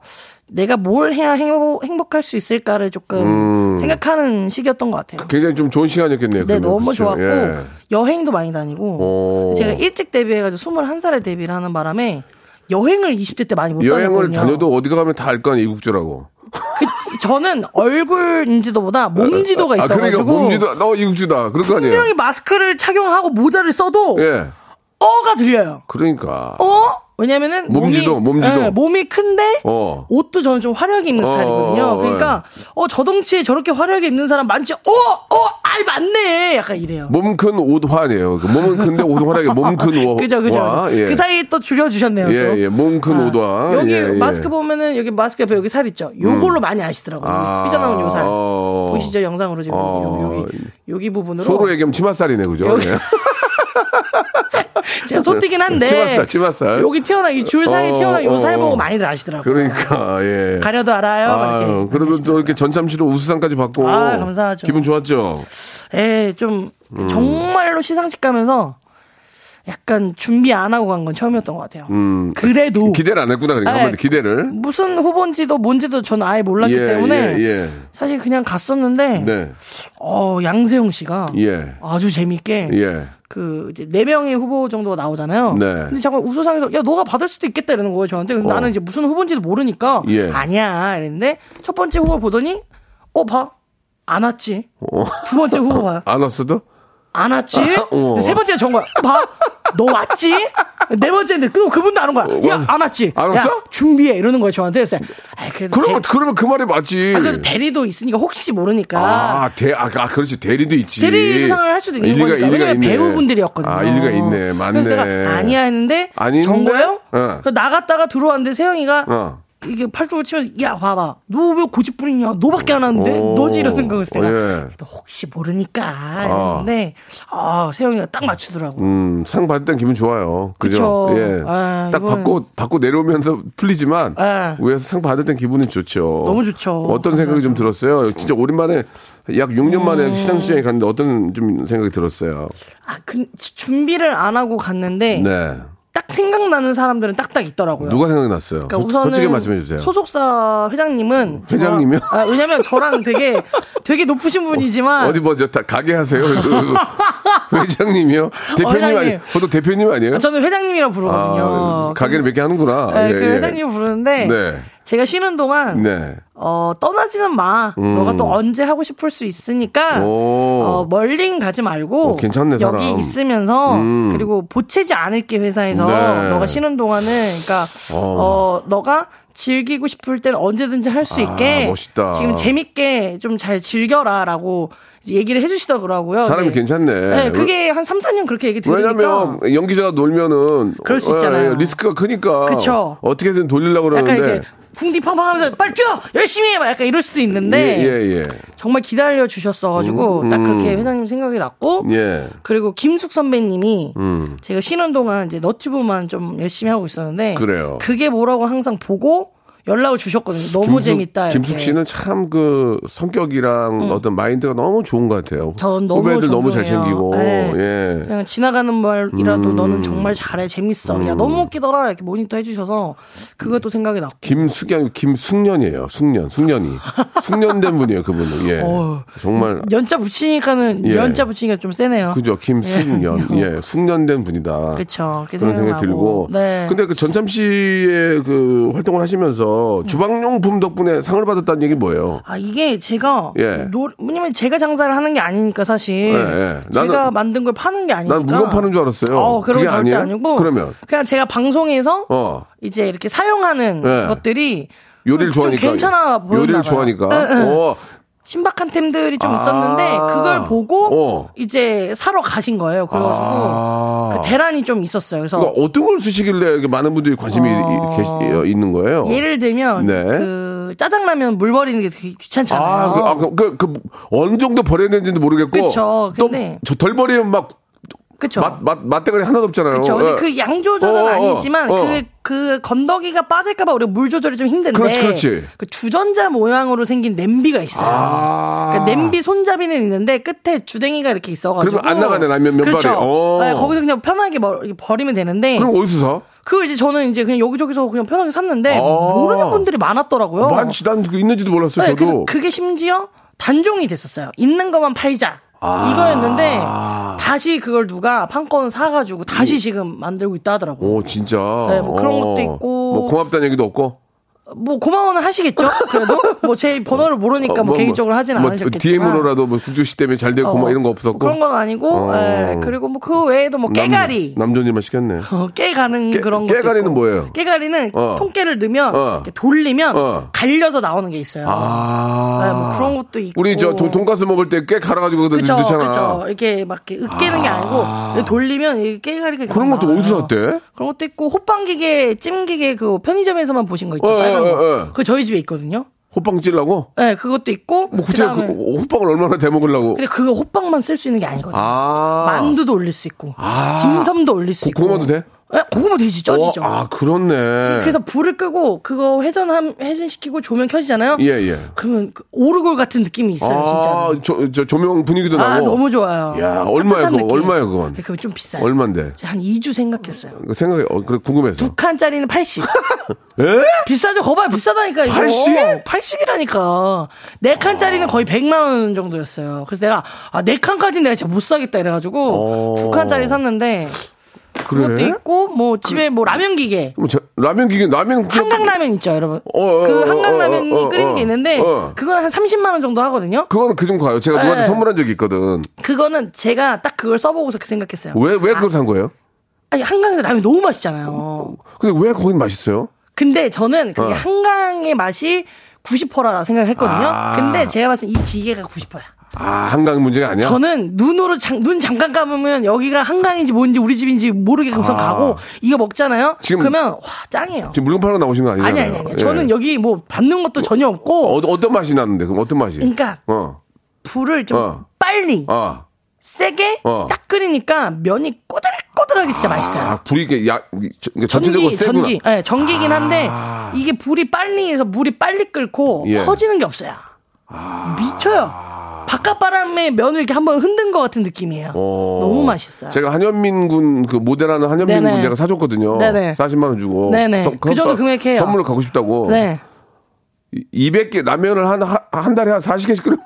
Speaker 7: 내가 뭘 해야 행복, 행복할 수 있을까를 조금
Speaker 3: 음.
Speaker 7: 생각하는 시기였던 것 같아요.
Speaker 3: 굉장히 좀 좋은 시간이었겠네요.
Speaker 7: 네,
Speaker 3: 그러면.
Speaker 7: 너무
Speaker 3: 그쵸?
Speaker 7: 좋았고
Speaker 3: 예. 어,
Speaker 7: 여행도 많이 다니고
Speaker 3: 오.
Speaker 7: 제가 일찍 데뷔해가지고 21살에 데뷔를 하는 바람에 여행을 20대 때 많이 못
Speaker 3: 여행을
Speaker 7: 다녔거든요.
Speaker 3: 다녀도 어디가 가면 다 알 거 아니에요, 이국주라고.
Speaker 7: 그- 저는 얼굴인지도보다 몸지도가
Speaker 3: 아,
Speaker 7: 있어가지고
Speaker 3: 그러니까 몸지도, 너 이국주다. 그럴 거 아니에요.
Speaker 7: 분명히 마스크를 착용하고 모자를 써도
Speaker 3: 예.
Speaker 7: 어가 들려요.
Speaker 3: 그러니까.
Speaker 7: 어? 왜냐면은
Speaker 3: 몸지도,
Speaker 7: 몸이,
Speaker 3: 몸지도.
Speaker 7: 예, 몸이 큰데
Speaker 3: 어.
Speaker 7: 옷도 저는 좀 화려하게 입는
Speaker 3: 어,
Speaker 7: 스타일이거든요.
Speaker 3: 어, 어,
Speaker 7: 그러니까 어 저덩치에 저렇게 화려하게 입는 사람 많지. 어, 어, 아이 맞네. 약간 이래요.
Speaker 3: 몸큰 옷화 아니에요. 그 몸은 큰데 옷은 화나게 몸큰 옷.
Speaker 7: 그죠, 그죠.
Speaker 3: 화. 예.
Speaker 7: 그 사이 또 줄여주셨네요.
Speaker 3: 예,
Speaker 7: 또.
Speaker 3: 예. 몸큰 옷화.
Speaker 7: 아, 여기
Speaker 3: 예, 예.
Speaker 7: 마스크 보면은 여기 마스크 옆에 여기 살 있죠. 요걸로 많이 아시더라고요.
Speaker 3: 아,
Speaker 7: 삐져나온 요 살.
Speaker 3: 어.
Speaker 7: 보이시죠? 영상으로 지금
Speaker 3: 어.
Speaker 7: 여기, 여기, 여기 부분으로.
Speaker 3: 서로 얘기하면 치맛살이네, 그죠?
Speaker 7: 여기-
Speaker 3: 예.
Speaker 7: 제가 소띠긴 한데.
Speaker 3: 치맛살, 치맛살.
Speaker 7: 여기 튀어나, 이 줄 사이
Speaker 3: 어,
Speaker 7: 튀어나 요 살
Speaker 3: 어,
Speaker 7: 보고
Speaker 3: 어.
Speaker 7: 많이들 아시더라고요.
Speaker 3: 그러니까, 예.
Speaker 7: 가려도 알아요. 막 이렇게
Speaker 3: 아, 그래도 또 이렇게 전참시로 우수상까지 받고.
Speaker 7: 아, 감사하죠.
Speaker 3: 기분 좋았죠?
Speaker 7: 예, 좀
Speaker 3: 음.
Speaker 7: 정말로 시상식 가면서 약간 준비 안 하고 간 건 처음이었던 것 같아요. 그래도
Speaker 3: 기대를 안 했구나, 그러니까.
Speaker 7: 네.
Speaker 3: 한마디 기대를.
Speaker 7: 무슨 후보인지도 뭔지도 전 아예 몰랐기
Speaker 3: 예,
Speaker 7: 때문에
Speaker 3: 예, 예.
Speaker 7: 사실 그냥 갔었는데
Speaker 3: 네.
Speaker 7: 어, 양세형 씨가
Speaker 3: 예.
Speaker 7: 아주 재밌게
Speaker 3: 예.
Speaker 7: 그 이제 네 명의 후보 정도가 나오잖아요.
Speaker 3: 네.
Speaker 7: 근데 잠깐 우수상에서 야 너가 받을 수도 있겠다 이러는 거예요 저한테. 근데
Speaker 3: 어.
Speaker 7: 나는 이제 무슨 후보인지도 모르니까
Speaker 3: 예.
Speaker 7: 아니야 이랬는데 첫 번째 후보 보더니 어 봐 안 왔지. 두 번째 후보 봐요.
Speaker 3: 안 왔어도?
Speaker 7: 안 왔지?
Speaker 3: 어.
Speaker 7: 세 번째 전 거야. 봐. 너 왔지? 네 번째인데 그 그분도 아는 거야. 야, 안 왔지?
Speaker 3: 어, 안
Speaker 7: 야,
Speaker 3: 왔어?
Speaker 7: 준비해 이러는 거야 저한테. 그래서 아, 그래도
Speaker 3: 그러면,
Speaker 7: 대,
Speaker 3: 그러면 그 말이 맞지.
Speaker 7: 아, 그래도 대리도 있으니까 혹시 모르니까.
Speaker 3: 아, 대, 아, 아, 그렇지. 대리도 있지.
Speaker 7: 대리 수상을 할 수도 있는
Speaker 3: 일리가,
Speaker 7: 거니까.
Speaker 3: 일리가
Speaker 7: 왜냐면
Speaker 3: 있네.
Speaker 7: 배우분들이었거든요.
Speaker 3: 아, 일리가 있네. 맞네.
Speaker 7: 그래서 내가 아니야 했는데
Speaker 3: 아닌데?
Speaker 7: 정거요?
Speaker 3: 어.
Speaker 7: 그래서 나갔다가 들어왔는데 세영이가
Speaker 3: 어.
Speaker 7: 이게 팔뚝을 치면 야 봐봐 너 왜 고집부리냐 너밖에 안 하는데
Speaker 3: 오.
Speaker 7: 너지 이러는 거였어 내가
Speaker 3: 예.
Speaker 7: 너 혹시 모르니까 이랬는데 아 세영이가 딱 맞추더라고
Speaker 3: 음, 상 받을 땐 기분 좋아요. 그죠?
Speaker 7: 그쵸.
Speaker 3: 예.
Speaker 7: 아,
Speaker 3: 딱
Speaker 7: 이거는-
Speaker 3: 받고, 받고 내려오면서 풀리지만,
Speaker 7: 아.
Speaker 3: 위에서 상 받을 땐 기분은 좋죠.
Speaker 7: 너무 좋죠.
Speaker 3: 어떤 생각이 좀 들었어요? 진짜 오랜만에, 약 6년
Speaker 7: 음.
Speaker 3: 만에 시상식장에 갔는데 어떤 좀 생각이 들었어요?
Speaker 7: 아, 그, 지- 준비를 안 하고 갔는데
Speaker 3: 네.
Speaker 7: 딱 생각나는 사람들은 딱딱 있더라고요.
Speaker 3: 누가 생각났어요?
Speaker 7: 그러니까
Speaker 3: 소,
Speaker 7: 우선은
Speaker 3: 솔직히 말씀해 주세요.
Speaker 7: 소속사 회장님은
Speaker 3: 회장님이요?
Speaker 7: 저랑- 아, 왜냐면 저랑 되게 되게 높으신 분이지만
Speaker 3: 어디 뭐 먼저 다 가게 하세요? 회장님이요? 대표님 아니
Speaker 7: 회장님.
Speaker 3: 보통 대표님 아니에요?
Speaker 7: 저는 회장님이라고 부르거든요.
Speaker 3: 아, 가게를 몇 개 하는구나.
Speaker 7: 네,
Speaker 3: 예,
Speaker 7: 그
Speaker 3: 예.
Speaker 7: 회장님 부르는데
Speaker 3: 네.
Speaker 7: 제가 쉬는 동안
Speaker 3: 네. 음.
Speaker 7: 어, 떠나지는 마. 너가 또 언제 하고 싶을 수 있으니까
Speaker 3: 오.
Speaker 7: 어, 멀리 가지 말고
Speaker 3: 오, 괜찮네, 사람.
Speaker 7: 여기 있으면서
Speaker 3: 음.
Speaker 7: 그리고 보채지 않을게 회사에서
Speaker 3: 네.
Speaker 7: 너가 쉬는 동안은 그러니까
Speaker 3: 어.
Speaker 7: 어, 너가 즐기고 싶을 땐 언제든지 할 수
Speaker 3: 아,
Speaker 7: 있게
Speaker 3: 멋있다.
Speaker 7: 지금 재밌게 좀 잘 즐겨라라고 이제 얘기를 해주시더라고요.
Speaker 3: 사람이
Speaker 7: 네.
Speaker 3: 괜찮네.
Speaker 7: 네, 그게 한 3, 4년 그렇게 얘기 들으니까
Speaker 3: 왜냐면 연기자가 놀면은
Speaker 7: 그럴 수
Speaker 3: 어,
Speaker 7: 있잖아요.
Speaker 3: 리스크가 크니까
Speaker 7: 그쵸.
Speaker 3: 어떻게든 돌리려고
Speaker 7: 약간
Speaker 3: 그러는데
Speaker 7: 이렇게 궁디팡팡하면서 빨리 뛰어 열심히 해! 막 약간 이럴 수도 있는데
Speaker 3: 예, 예,
Speaker 7: 정말 기다려 주셨어가지고 딱 그렇게 회장님 생각이 났고
Speaker 3: 예. 음. 예.
Speaker 7: 그리고 김숙 선배님이 제가 쉬는 동안 이제 너튜브만 좀 열심히 하고 있었는데
Speaker 3: 그래요.
Speaker 7: 게 뭐라고 항상 보고 연락을 주셨거든요. 너무
Speaker 3: 김숙-
Speaker 7: 재밌다. 이렇게. 음.
Speaker 3: 김숙 씨는 참 그 성격이랑 어떤 마인드가 너무 좋은 것 같아요.
Speaker 7: 전 너무
Speaker 3: 후배들 너무 잘
Speaker 7: 존경해요.
Speaker 3: 챙기고
Speaker 7: 네.
Speaker 3: 예.
Speaker 7: 그냥 지나가는
Speaker 3: 음.
Speaker 7: 말이라도 너는 정말 잘해 재밌어. 야 너무 웃기더라 이렇게 모니터 해주셔서 그것도 생각이 났고.
Speaker 3: 김숙이 아니고 김숙년이에요. 숙년, 숙년이 숙년된 분이에요. 그분은 예.
Speaker 7: 어.
Speaker 3: 정말
Speaker 7: 연자 붙이니까는
Speaker 3: 예.
Speaker 7: 연자 붙이니까 좀 세네요.
Speaker 3: 그죠. 김숙년,
Speaker 7: 예.
Speaker 3: 예, 숙년된 분이다.
Speaker 7: 그쵸. 그렇게
Speaker 3: 그런 생각이
Speaker 7: 생각나고.
Speaker 3: 들고.
Speaker 7: 네.
Speaker 3: 근데 그 전참 씨의 그 활동을 하시면서
Speaker 7: 음.
Speaker 3: 주방용품 덕분에 상을 받았다는 얘기 뭐예요?
Speaker 7: 아 이게 제가
Speaker 3: 예.
Speaker 7: 노, 왜냐면 제가 장사를 하는 게 아니니까 사실
Speaker 3: 예, 예. 나는-
Speaker 7: 제가 만든 걸 파는 게 아니니까
Speaker 3: 난 물건 파는 줄 알았어요.
Speaker 7: 어, 그런
Speaker 3: 그게
Speaker 7: 건 절대
Speaker 3: 아니에요?
Speaker 7: 아니고
Speaker 3: 그러면?
Speaker 7: 그냥 제가 방송에서
Speaker 3: 어.
Speaker 7: 이제 이렇게 사용하는
Speaker 3: 예.
Speaker 7: 것들이
Speaker 3: 요리를
Speaker 7: 어, 좀,
Speaker 3: 좋아하니까.
Speaker 7: 좀 괜찮아 보였나
Speaker 3: 요리를
Speaker 7: 봐요. 네.
Speaker 3: 좋아하니까. 어,
Speaker 7: 신박한 템들이 좀
Speaker 3: 아.
Speaker 7: 있었는데 그걸 보고
Speaker 3: 어.
Speaker 7: 이제 사러 가신 거예요. 그래가지고
Speaker 3: 아.
Speaker 7: 그 대란이 좀 있었어요. 그래서
Speaker 3: 그러니까 어떤 걸 쓰시길래 이렇게 많은 분들이 관심이
Speaker 7: 어.
Speaker 3: 계시, 어, 있는 거예요?
Speaker 7: 예를 들면
Speaker 3: 네.
Speaker 7: 그 짜장라면 물 버리는 게 되게 귀찮잖아요.
Speaker 3: 아, 그, 아, 그, 그, 그 어느 정도 버려야 되는지도 모르겠고.
Speaker 7: 그쵸,
Speaker 3: 또
Speaker 7: 근데-
Speaker 3: 저덜 버리면 막
Speaker 7: 그쵸?
Speaker 3: 맛, 맛, 맛대가리 하나도 없잖아요.
Speaker 7: 그렇죠. 근데
Speaker 3: 예.
Speaker 7: 그 양조절은
Speaker 3: 어, 어, 어.
Speaker 7: 아니지만
Speaker 3: 어.
Speaker 7: 그, 그 건더기가 빠질까봐 우리가 물 조절이 좀 힘든데.
Speaker 3: 그렇지, 그렇지.
Speaker 7: 그 주전자 모양으로 생긴 냄비가 있어요.
Speaker 3: 아.
Speaker 7: 그러니까 냄비 손잡이는 있는데 끝에 주댕이가 이렇게 있어가지고.
Speaker 3: 그러면 안 나가네, 라면 면발이. 오.
Speaker 7: 그렇죠. 네, 거기서 그냥 편하게 버- 이렇게 버리면 되는데.
Speaker 3: 그럼 어디서 사?
Speaker 7: 그걸 이제 저는 이제 그냥 여기저기서 그냥 편하게 샀는데
Speaker 3: 아.
Speaker 7: 모르는 분들이 많았더라고요.
Speaker 3: 뭐 많지, 난 그거 있는지도 몰랐어요,
Speaker 7: 네, 그래서
Speaker 3: 저도.
Speaker 7: 그게 심지어 단종이 됐었어요. 있는 것만 팔자.
Speaker 3: 아.
Speaker 7: 이거였는데 다시 그걸 누가 판권 사가지고 다시 지금 만들고 있다 하더라고요.
Speaker 3: 오, 진짜.
Speaker 7: 네, 뭐 그런
Speaker 3: 어.
Speaker 7: 것도 있고.
Speaker 3: 뭐 고맙다는 얘기도 없고.
Speaker 7: 뭐 고마워는 하시겠죠. 그래도 뭐 제 번호를 모르니까
Speaker 3: 어,
Speaker 7: 뭐, 개인적으로 하진
Speaker 3: 뭐
Speaker 7: 않으셨겠지만
Speaker 3: DM으로라도 뭐 국주씨 때문에 잘 되고
Speaker 7: 어,
Speaker 3: 고마 이런 거 없었고.
Speaker 7: 그런 건 아니고
Speaker 3: 어.
Speaker 7: 예, 그리고 뭐 그 외에도 뭐 깨가리
Speaker 3: 남, 남존일만 시켰네.
Speaker 7: 어, 깨가는
Speaker 3: 깨-
Speaker 7: 그런 거
Speaker 3: 깨가리는 뭐예요?
Speaker 7: 깨가리는
Speaker 3: 어.
Speaker 7: 통깨를 넣으면
Speaker 3: 어.
Speaker 7: 이렇게 돌리면
Speaker 3: 어.
Speaker 7: 갈려서 나오는 게 있어요.
Speaker 3: 아.
Speaker 7: 예, 뭐 그런 것도 있고
Speaker 3: 우리 저 돈, 돈가스 먹을 때 꽤 갈아가지고
Speaker 7: 그쵸,
Speaker 3: 넣잖아.
Speaker 7: 그쵸. 이렇게 막 이렇게 으깨는 게 아니고 이렇게 돌리면 이게 깨가리가 이렇게
Speaker 3: 그런 것도
Speaker 7: 나와요.
Speaker 3: 어디서 샀대?
Speaker 7: 그런 것도 있고 호빵기계, 찜기계 그 편의점에서만 보신 거 있죠.
Speaker 3: 어,
Speaker 7: 빨간
Speaker 3: 어,
Speaker 7: 거.
Speaker 3: 어, 어.
Speaker 7: 그거 저희 집에 있거든요.
Speaker 3: 호빵 찔라고?
Speaker 7: 네, 그것도 있고.
Speaker 3: 뭐 구태 그,
Speaker 7: 그다음에
Speaker 3: 호빵을 얼마나 대먹으려고.
Speaker 7: 근데 그거 호빵만 쓸 수 있는 게 아니거든요.
Speaker 3: 아.
Speaker 7: 만두도 올릴 수 있고,
Speaker 3: 아.
Speaker 7: 진섬도 올릴 수
Speaker 3: 고-
Speaker 7: 있고.
Speaker 3: 고구마도 돼?
Speaker 7: 네, 고구마 되지, 쪄지죠.
Speaker 3: 어, 아, 그렇네.
Speaker 7: 그래서 불을 끄고 그거 회전 회전시키고 조명 켜지잖아요.
Speaker 3: 예, 예.
Speaker 7: 그러면 그 오르골 같은 느낌이 있어요, 진짜.
Speaker 3: 아, 저, 저 조명 분위기도
Speaker 7: 아,
Speaker 3: 나고.
Speaker 7: 너무 좋아요.
Speaker 3: 야, 얼마야,
Speaker 7: 따뜻한
Speaker 3: 그거?
Speaker 7: 느낌.
Speaker 3: 얼마야, 그건?
Speaker 7: 네, 그거 좀 비싸요.
Speaker 3: 얼만데?
Speaker 7: 한 2주 생각했어요.
Speaker 3: 생각해, 어, 그래, 궁금해서.
Speaker 7: 두 칸짜리는 80.
Speaker 3: 에?
Speaker 7: 비싸죠? 거봐요, 비싸다니까, 이거.
Speaker 3: 80?
Speaker 7: 80이라니까. 네 칸짜리는 거의 100만원 정도였어요. 그래서 내가, 아, 네 칸까지는 내가 진짜 못 사겠다 이래가지고,
Speaker 3: 어.
Speaker 7: 두 칸짜리 샀는데, 그것도
Speaker 3: 그래?
Speaker 7: 있고, 뭐, 집에 뭐, 라면 기계.
Speaker 3: 그럼 저, 라면 기계, 라면 기계. 그,
Speaker 7: 한강라면 있죠, 여러분.
Speaker 3: 어, 어, 어,
Speaker 7: 그
Speaker 3: 어,
Speaker 7: 한강라면이
Speaker 3: 어, 어,
Speaker 7: 끓이는 게
Speaker 3: 어.
Speaker 7: 있는데,
Speaker 3: 어.
Speaker 7: 그건 한 30만원 정도 하거든요?
Speaker 3: 그거는 그좀 가요. 제가 누구한테
Speaker 7: 네.
Speaker 3: 선물한 적이 있거든.
Speaker 7: 그거는 제가 딱 그걸 써보고서 그렇게 생각했어요.
Speaker 3: 왜, 왜
Speaker 7: 아.
Speaker 3: 그걸 산 거예요?
Speaker 7: 아니, 한강에서 라면 너무 맛있잖아요.
Speaker 3: 근데 왜 거긴 맛있어요?
Speaker 7: 근데 저는 그게
Speaker 3: 어.
Speaker 7: 한강의 맛이 90%라 생각을 했거든요.
Speaker 3: 아.
Speaker 7: 근데 제가 봤을 때 이 기계가 90%야.
Speaker 3: 아, 한강 문제가 아니야?
Speaker 7: 저는 눈으로 장- 눈 잠깐 감으면 여기가 한강인지 뭔지 우리 집인지 모르게 우선
Speaker 3: 아.
Speaker 7: 가고 이거 먹잖아요.
Speaker 3: 지금-
Speaker 7: 그러면 와 짱이에요.
Speaker 3: 지금 물건 팔러 나오신 거 아니잖아요.
Speaker 7: 아니 아니 아니.
Speaker 3: 예.
Speaker 7: 저는 여기 뭐 받는 것도 전혀 없고
Speaker 3: 어, 어떤 맛이 나는데, 그럼 어떤 맛이?
Speaker 7: 그러니까
Speaker 3: 어,
Speaker 7: 불을 좀
Speaker 3: 어.
Speaker 7: 빨리
Speaker 3: 아.
Speaker 7: 세게
Speaker 3: 어.
Speaker 7: 딱 끓이니까 면이 꼬들꼬들하게 진짜 맛있어요.
Speaker 3: 아, 불이 이게 야, 저- 그러니까 전체적으로
Speaker 7: 전기,
Speaker 3: 세구나. 아.
Speaker 7: 전기, 예, 전기긴 한데 이게 불이 빨리 해서 물이 빨리 끓고
Speaker 3: 예. 아.
Speaker 7: 퍼지는 게 없어요. 미쳐요. 바깥 바람에 면을 이렇게 한번 흔든 것 같은 느낌이에요.
Speaker 3: 어.
Speaker 7: 너무 맛있어요.
Speaker 3: 제가 한현민 군 그 모델하는 한현민
Speaker 7: 네네.
Speaker 3: 군 제가 사줬거든요.
Speaker 7: 네네.
Speaker 3: 40만 원 주고.
Speaker 7: 네네.
Speaker 3: 서-
Speaker 7: 그 정도
Speaker 3: 서-
Speaker 7: 금액해요.
Speaker 3: 선물을 갖고 싶다고.
Speaker 7: 네.
Speaker 3: 200개 라면을 한, 하- 한 달에 한 40개씩 끓여.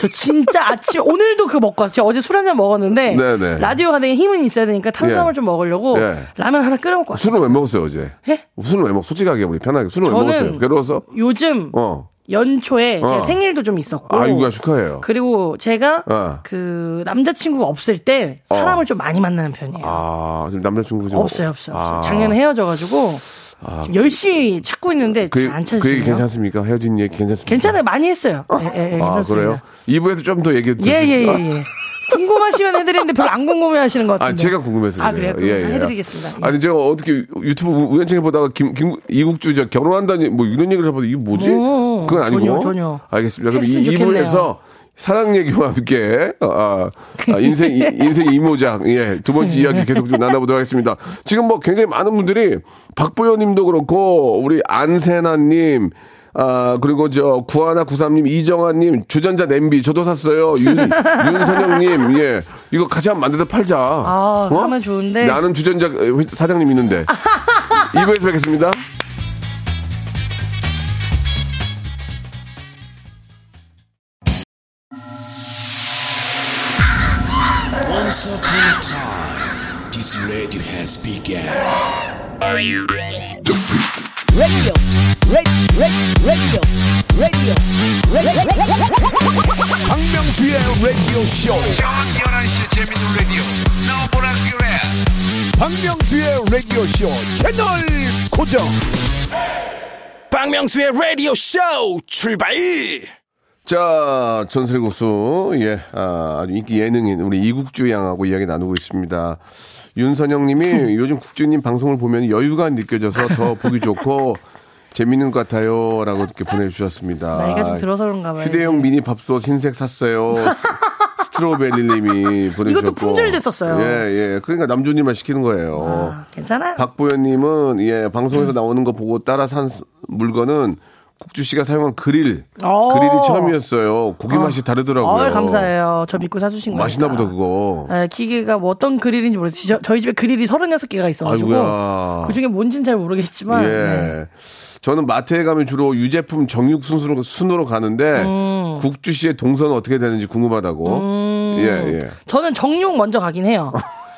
Speaker 7: 저 진짜 아침 오늘도 그거 먹고 왔어요. 제가 어제 술 한 잔 먹었는데
Speaker 3: 네네.
Speaker 7: 라디오 가는 게 힘은 있어야 되니까 탄수화물
Speaker 3: 예.
Speaker 7: 좀 먹으려고
Speaker 3: 예.
Speaker 7: 라면 하나 끓여 먹고 왔어요.
Speaker 3: 술은 왜 먹었어요 어제?
Speaker 7: 예?
Speaker 3: 술은 왜 먹? 솔직하게 우리 편하게 술은 왜
Speaker 7: 저는-
Speaker 3: 먹었어요? 괴로워서?
Speaker 7: 요즘
Speaker 3: 어.
Speaker 7: 연초에
Speaker 3: 어.
Speaker 7: 제 생일도 좀 있었고
Speaker 3: 아이고야 축하해요.
Speaker 7: 그리고 제가
Speaker 3: 어.
Speaker 7: 그 남자친구가 없을 때 사람을 좀 많이 만나는 편이에요.
Speaker 3: 아 지금 남자친구 좀
Speaker 7: 없어요, 없어요, 없어요.
Speaker 3: 아.
Speaker 7: 작년에 헤어져가지고 지금 열심히 찾고 있는데
Speaker 3: 그,
Speaker 7: 잘 안 찾으시네요.
Speaker 3: 그 얘기 괜찮습니까? 헤어진 얘기 괜찮습니까?
Speaker 7: 괜찮아요, 많이 했어요. 예, 예, 예,
Speaker 3: 아
Speaker 7: 괜찮습니다.
Speaker 3: 그래요? 2부에서 좀 더 얘기해 주세요.
Speaker 7: 예, 예, 예, 예. 궁금하시면 해드리는데 별로 안 궁금해하시는 것 같은데.
Speaker 3: 아, 제가 궁금해서.
Speaker 7: 아,
Speaker 3: 그래요.
Speaker 7: 그래요? 그럼 해드리겠습니다. 예.
Speaker 3: 아니, 제가 어떻게 유튜브 우- 우연찮게 보다가 김, 김, 이국주 저 결혼한다니 뭐 이런 얘기를 해봐도 이게 뭐지?
Speaker 7: 오,
Speaker 3: 그건 아니고.
Speaker 7: 전혀, 전혀.
Speaker 3: 알겠습니다. 그럼 이,
Speaker 7: 했으면 좋겠네요.
Speaker 3: 2부에서 사랑 얘기와 함께, 아, 아, 인생, 이- 인생 이모작, 예, 두 번째 이야기 계속 좀 나눠보도록 하겠습니다. 지금 뭐 굉장히 많은 분들이 박보현 님도 그렇고, 우리 안세나 님, 아, 그리고 저, 구하나 구삼님, 이정아님, 주전자 냄비, 저도 샀어요. 윤, 윤선영님, 예. 이거 같이 한번 만들다 팔자.
Speaker 7: 아, 하면 좋은데.
Speaker 3: 어? 나는 주전자 어, 사장님 있는데. 2부에서 뵙겠습니다.
Speaker 2: Once upon a time, this radio has begun.
Speaker 1: 박명수의 라디오 쇼. 저녁 11시 재밌는 라디오. 너보라 그래. 박명수의 라디오 쇼 채널 고정.
Speaker 4: 박명수의 라디오 쇼 출발!
Speaker 3: 자, 전설의 고수, 예, 아, 아주 인기 예능인 우리 이국주 양하고 이야기 나누고 있습니다. 윤선영 님이 요즘 국주님 방송을 보면 여유가 느껴져서 더 보기 좋고 재밌는 것 같아요. 라고 이렇게 보내주셨습니다.
Speaker 7: 나이가 좀 들어서 그런가 봐요.
Speaker 3: 아, 휴대용 미니 밥솥 흰색 샀어요. 스- 스트로베리 님이 보내주셨고.
Speaker 7: 품절됐었어요.
Speaker 3: 예, 예. 그러니까 남주님만 시키는 거예요.
Speaker 7: 아, 괜찮아요?
Speaker 3: 박보현님은 예
Speaker 7: 음.
Speaker 3: 방송에서 나오는 거 보고 따라 산 스- 물건은 국주 씨가 사용한 그릴
Speaker 7: 어.
Speaker 3: 그릴이 처음이었어요. 고기 맛이 다르더라고요.
Speaker 7: 어, 감사해요. 저 믿고 사주신 거예요.
Speaker 3: 맛있나 보다 그거.
Speaker 7: 예, 기계가 뭐 어떤 그릴인지 모르겠어요. 지- 저희 집에 그릴이 36개가 있어가지고
Speaker 3: 아이고야.
Speaker 7: 그 중에 뭔지는 잘 모르겠지만
Speaker 3: 예.
Speaker 7: 네.
Speaker 3: 저는 마트에 가면 주로 유제품 정육 순으로 순으로 가는데
Speaker 7: 음.
Speaker 3: 국주 씨의 동선은 어떻게 되는지 궁금하다고. 예 예.
Speaker 7: 저는 정육 먼저 가긴 해요.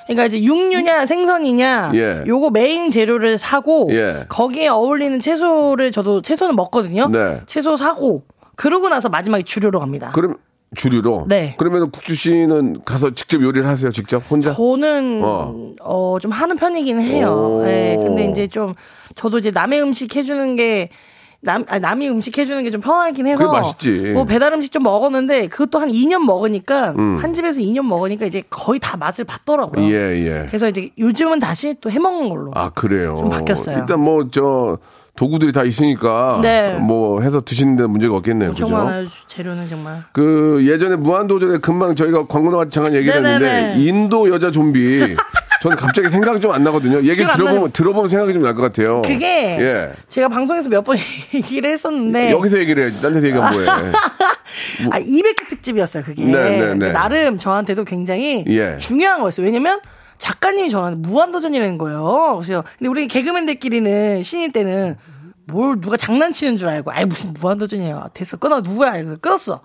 Speaker 7: 그러니까 이제 육류냐 생선이냐
Speaker 3: 예.
Speaker 7: 요거 메인 재료를 사고
Speaker 3: 예.
Speaker 7: 거기에 어울리는 채소를 저도 채소는 먹거든요.
Speaker 3: 네.
Speaker 7: 채소 사고 그러고 나서 마지막에 주류로 갑니다.
Speaker 3: 그럼 주류로.
Speaker 7: 네.
Speaker 3: 그러면 국주 씨는 가서 직접 요리를 하세요. 직접 혼자.
Speaker 7: 아, 저는
Speaker 3: 어.
Speaker 7: 어. 좀 하는 편이긴 해요.
Speaker 3: 오.
Speaker 7: 예. 근데 이제 좀 저도 이제 남의 음식 해주는 게 남, 아, 남이 음식 해주는 게 좀 편하긴 해서.
Speaker 3: 그게 맛있지.
Speaker 7: 뭐 배달 음식 좀 먹었는데 그것도 한 2년 먹으니까 한 집에서 2년 먹으니까 이제 거의 다 맛을 봤더라고요.
Speaker 3: 음. 예 예.
Speaker 7: 그래서 이제 요즘은 다시 또 해먹는 걸로.
Speaker 3: 아 그래요.
Speaker 7: 좀 바뀌었어요.
Speaker 3: 일단 뭐 저 도구들이 다 있으니까
Speaker 7: 네.
Speaker 3: 뭐 해서 드시는 데 문제가 없겠네요.
Speaker 7: 엄청
Speaker 3: 그죠?
Speaker 7: 많아요. 재료는 정말.
Speaker 3: 그 예전에 무한도전에 금방 저희가 광고 나가서 잠깐 얘기를
Speaker 7: 네네네.
Speaker 3: 했는데 인도 여자 좀비 저는 갑자기 생각이 좀 안 나거든요. 얘기를
Speaker 7: 기억 안
Speaker 3: 들어보면
Speaker 7: 나요?
Speaker 3: 들어보면 생각이 좀 날 것 같아요.
Speaker 7: 그게 네.
Speaker 3: 예.
Speaker 7: 제가 방송에서 몇 번 얘기를 했었는데
Speaker 3: 여기서 얘기를 해야지. 딴 데서 얘기하면 뭐해.
Speaker 7: 아, 200개 특집이었어요, 그게.
Speaker 3: 네, 네, 네.
Speaker 7: 근데 나름 저한테도 굉장히
Speaker 3: 예.
Speaker 7: 중요한 거였어요. 왜냐면 작가님이 저한테 무한도전이라는 거예요. 그래서 근데 우리 개그맨들끼리는 신인 때는 뭘 누가 장난치는 줄 알고 아이 무슨 무한도전이에요. 됐어. 끊어. 누구야? 이러고 끊었어.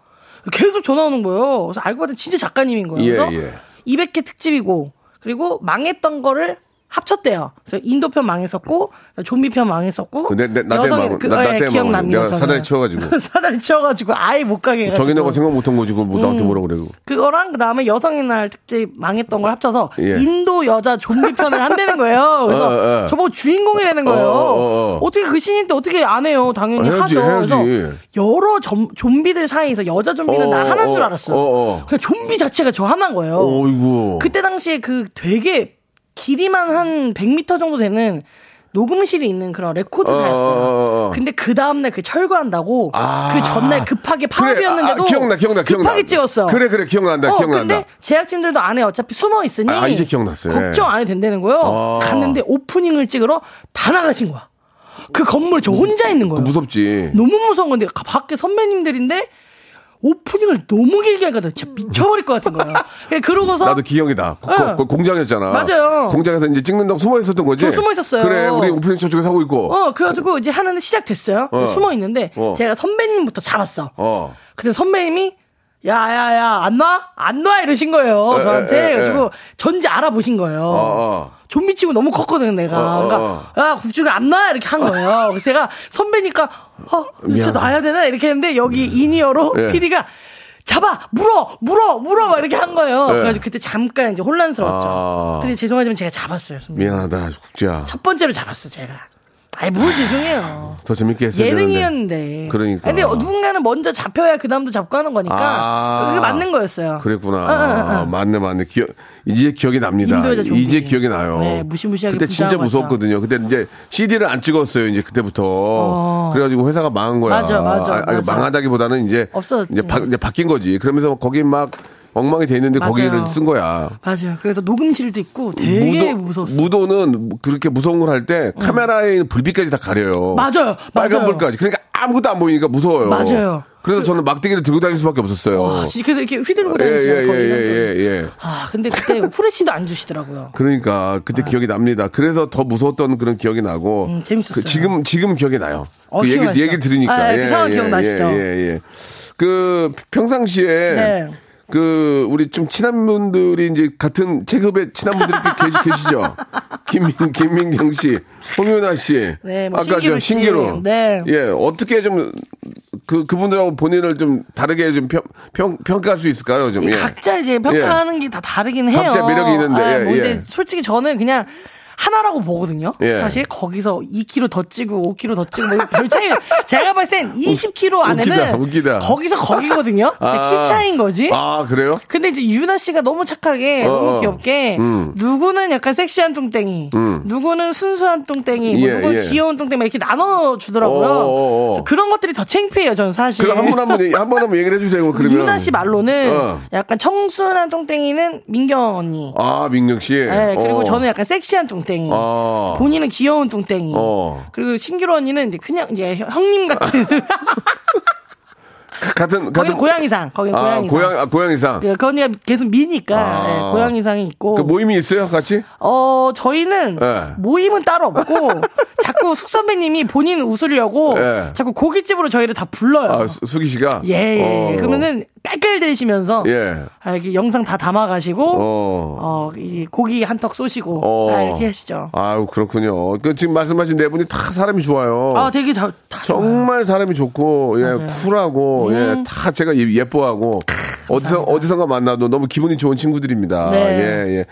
Speaker 7: 계속 전화 오는 거예요. 그래서 알고 봤더니 진짜 작가님인 거예요.
Speaker 3: 예,
Speaker 7: 그래서
Speaker 3: 예.
Speaker 7: 200개 특집이고 그리고 망했던 거를 합쳤대요. 그래서 인도편 망했었고 좀비편 망했었고
Speaker 3: 그 내- 내- 나
Speaker 7: 여성의
Speaker 3: 때문에
Speaker 7: 그-
Speaker 3: 망- 나-
Speaker 7: 예,
Speaker 3: 나 때문에
Speaker 7: 기억납니다.
Speaker 3: 내가
Speaker 7: 저는.
Speaker 3: 사다리 치워가지고.
Speaker 7: 사다리 치워가지고 아예 못 가게 해가지고
Speaker 3: 정인호가 생각 못한 거지 그걸 뭐
Speaker 7: 음.
Speaker 3: 나한테 뭐라 그래.
Speaker 7: 그거랑 그다음에 여성의 날 특집 망했던 걸 합쳐서
Speaker 3: 예.
Speaker 7: 인도 여자 좀비 편을 한다는 거예요. 그래서
Speaker 3: 어, 어.
Speaker 7: 저보고 주인공이라는 거예요.
Speaker 3: 어,
Speaker 7: 어,
Speaker 3: 어, 어.
Speaker 7: 떻게그 신인 때 어떻게 안 해요? 당연히
Speaker 3: 해야지,
Speaker 7: 하죠.
Speaker 3: 해야지.
Speaker 7: 그래서 여러 점- 좀비들 사이에서 여자 좀비는
Speaker 3: 어,
Speaker 7: 나 하나인
Speaker 3: 어,
Speaker 7: 줄 알았어요.
Speaker 3: 어, 어.
Speaker 7: 그냥 좀비 자체가 저 하나인 거예요.
Speaker 3: 어이구.
Speaker 7: 그때 당시에 그 되게 길이만 한 100m 정도 되는 녹음실이 있는 그런 레코드사였어요.
Speaker 3: 어, 어, 어, 어.
Speaker 7: 근데 그 다음날 그 철거한다고
Speaker 3: 아.
Speaker 7: 그 전날 급하게 파업이었는데도
Speaker 3: 아, 기억나, 기억나, 기억나.
Speaker 7: 급하게 찍었어.
Speaker 3: 그래, 그래, 기억난다,
Speaker 7: 어,
Speaker 3: 기억난다.
Speaker 7: 근데 제작진들도 안에 어차피 숨어 있으니
Speaker 3: 아, 이제 기억났어요.
Speaker 7: 걱정 안 해도 된다는 거예요.
Speaker 3: 아.
Speaker 7: 갔는데 오프닝을 찍으러 다 나가신 거야. 그 건물 저 혼자 있는 거예요.
Speaker 3: 무섭지.
Speaker 7: 너무 무서운 건데 가- 밖에 선배님들인데 오프닝을 너무 길게 하니까 진짜 미쳐버릴 것 같은 거예요. 그냥 그러고서
Speaker 3: 나도 기억이다. 고-
Speaker 7: 응.
Speaker 3: 고- 공장이었잖아.
Speaker 7: 어? 맞아요.
Speaker 3: 공장에서 이제 찍는 동 숨어 있었던 거지.
Speaker 7: 저 숨어 있었어요.
Speaker 3: 그래, 우리 오프닝 저쪽에 사고 있고.
Speaker 7: 어 그래가지고 이제 하는데 시작됐어요.
Speaker 3: 어.
Speaker 7: 숨어 있는데
Speaker 3: 어.
Speaker 7: 제가 선배님부터 잡았어.
Speaker 3: 어.
Speaker 7: 근데 선배님이 야야야 안 놔? 안 놔? 이러신 거예요
Speaker 3: 에,
Speaker 7: 저한테
Speaker 3: 에, 에, 에.
Speaker 7: 그래가지고 전지 알아보신 거예요
Speaker 3: 어, 어.
Speaker 7: 좀비치고 너무 컸거든 내가
Speaker 3: 어, 어,
Speaker 7: 그러니까 야 국주가 안 놔? 이렇게 한 거예요 그래서 제가 선배니까 어? 저
Speaker 3: 미안하다.
Speaker 7: 놔야 되나? 이렇게 했는데 여기 인이어로
Speaker 3: 예.
Speaker 7: PD가 잡아 물어 물어 물어 막 이렇게 한 거예요
Speaker 3: 예.
Speaker 7: 그래가지고 그때 잠깐 이제 혼란스러웠죠
Speaker 3: 아.
Speaker 7: 근데 죄송하지만 제가 잡았어요 선배님
Speaker 3: 미안하다, 국지야.
Speaker 7: 첫 번째로 잡았어 제가 아이 뭘 죄송해요
Speaker 3: 더 재밌게 했어야 되는데.
Speaker 7: 예능이었는데.
Speaker 3: 그러니까.
Speaker 7: 근데 누군가는 먼저 잡혀야 그 다음도 잡고 하는 거니까.
Speaker 3: 아.
Speaker 7: 그게 맞는 거였어요.
Speaker 3: 그랬구나.
Speaker 7: 응, 응,
Speaker 3: 아,
Speaker 7: 응.
Speaker 3: 맞네, 맞네. 기억, 이제 기억이 납니다.
Speaker 7: 인도여자 좀비.
Speaker 3: 이제 기억이 나요.
Speaker 7: 네, 무시무시하게
Speaker 3: 그때 진짜
Speaker 7: 분장하고
Speaker 3: 무서웠거든요. 그때 이제 CD를 안 찍었어요. 이제 그때부터. 그래가지고 회사가 망한 거야.
Speaker 7: 맞아, 맞아,
Speaker 3: 아, 아니,
Speaker 7: 맞아.
Speaker 3: 망하다기보다는 이제.
Speaker 7: 없어졌지.
Speaker 3: 이제, 바, 이제 바뀐 거지. 그러면서 거기 막 엉망이 돼 있는데
Speaker 7: 맞아요.
Speaker 3: 거기를 쓴 거야.
Speaker 7: 맞아요. 그래서 녹음실도 있고 되게 무서웠어요.
Speaker 3: 무도는 그렇게 무서운 걸 할 때 카메라에 있는 불빛까지 다 가려요.
Speaker 7: 맞아요.
Speaker 3: 빨간
Speaker 7: 맞아요.
Speaker 3: 불까지. 그러니까 아무것도 안 보이니까 무서워요.
Speaker 7: 맞아요.
Speaker 3: 그래서 저는 막대기를 들고 다닐 수밖에 없었어요.
Speaker 7: 아, 진짜 그래서 이렇게 휘두르고
Speaker 3: 예,
Speaker 7: 다니시요
Speaker 3: 예, 예, 예,
Speaker 7: 거의
Speaker 3: 예, 예.
Speaker 7: 아, 근데 그때 후레쉬도 안 주시더라고요.
Speaker 3: 그러니까 그때 기억이 납니다. 그래서 더 무서웠던 그런 기억이 나고
Speaker 7: 아. 음, 재밌었어요.
Speaker 3: 그 지금 지금 기억이 나요.
Speaker 7: 어,
Speaker 3: 그 얘기
Speaker 7: 기억나시죠?
Speaker 3: 얘기 들으니까
Speaker 7: 아, 예, 그 상황 기억나시죠?
Speaker 3: 예, 예, 예. 그 평상시에
Speaker 7: 네.
Speaker 3: 그 우리 좀 친한 분들이 이제 같은 체급의 친한 분들이 또 계시, 계시죠. 김민 김민경 씨, 홍윤아 씨,
Speaker 7: 네, 뭐
Speaker 3: 아까 저
Speaker 7: 신기루 씨.
Speaker 3: 신기루.
Speaker 7: 네.
Speaker 3: 예, 어떻게 좀 그 그분들하고 본인을 좀 다르게 좀평 평가할 수 있을까요? 좀 예.
Speaker 7: 각자 이제 평가하는 게 다 다르긴 해요.
Speaker 3: 각자 매력이 있는데,
Speaker 7: 아,
Speaker 3: 예,
Speaker 7: 뭐 근데
Speaker 3: 예.
Speaker 7: 솔직히 저는 그냥 하나라고 보거든요.
Speaker 3: 예.
Speaker 7: 사실 거기서 2kg 더 찌고 5kg 더 찌고 뭐별 차이. 제가 봤을 땐 20kg 안에는
Speaker 3: 웃기다, 웃기다.
Speaker 7: 거기서 거기거든요.
Speaker 3: 아.
Speaker 7: 키 차인 거지.
Speaker 3: 아 그래요?
Speaker 7: 근데 이제 유나 씨가 너무 착하게
Speaker 3: 어.
Speaker 7: 너무 귀엽게
Speaker 3: 음.
Speaker 7: 누구는 약간 섹시한 뚱땡이, 누구는 순수한 뚱땡이, 뭐
Speaker 3: 예,
Speaker 7: 누구는
Speaker 3: 예.
Speaker 7: 귀여운 뚱땡이 막 이렇게 나눠
Speaker 3: 어, 어, 어.
Speaker 7: 주더라고요. 그런 것들이 더 창피해요, 저는 사실.
Speaker 3: 그럼 한분 한 분 한번 한번 얘기를 해주세요. 그러면
Speaker 7: 예. 유나 씨 말로는
Speaker 3: 어.
Speaker 7: 약간 청순한 똥땡이는 민경 언니.
Speaker 3: 아 민경 씨.
Speaker 7: 네, 그리고
Speaker 3: 어.
Speaker 7: 저는 약간 섹시한 똥땡이.
Speaker 3: 아.
Speaker 7: 본인은 귀여운 똥땡이.
Speaker 3: 어.
Speaker 7: 그리고 신규로 언니는 이제 그냥 이제 형- 형님 같은.
Speaker 3: 같은
Speaker 7: 거기
Speaker 3: 같은
Speaker 7: 고양이상. 거기
Speaker 3: 그러니까 아
Speaker 7: 고양이상.
Speaker 3: 고양 아, 고양이상.
Speaker 7: 그 언니가 계속 미니까
Speaker 3: 아.
Speaker 7: 네, 고양이상이 있고.
Speaker 3: 그 모임이 있어요 같이?
Speaker 7: 어, 저희는
Speaker 3: 예.
Speaker 7: 모임은 따로 없고 자꾸 숙 선배님이 본인 웃으려고
Speaker 3: 예.
Speaker 7: 자꾸 고깃집으로 저희를 다 불러요.
Speaker 3: 아 수- 수기 씨가.
Speaker 7: 예, 예, 예.
Speaker 3: 어.
Speaker 7: 그러면은 깔깔대시면서
Speaker 3: 예.
Speaker 7: 아, 이렇게 영상 다 담아가시고
Speaker 3: 어.
Speaker 7: 어, 이 고기 한 턱 쏘시고
Speaker 3: 어.
Speaker 7: 아, 이렇게 하시죠.
Speaker 3: 아유 그렇군요. 그 지금 말씀하신 네 분이 다 사람이 좋아요.
Speaker 7: 아, 되게 다, 다 좋아요.
Speaker 3: 어. 정말 사람이 좋고 예 쿨하고
Speaker 7: 음.
Speaker 3: 예 다 제가 예- 예뻐하고 어디서 어디선가 만나도 너무 기분이 좋은 친구들입니다.
Speaker 7: 네.
Speaker 3: 예 예.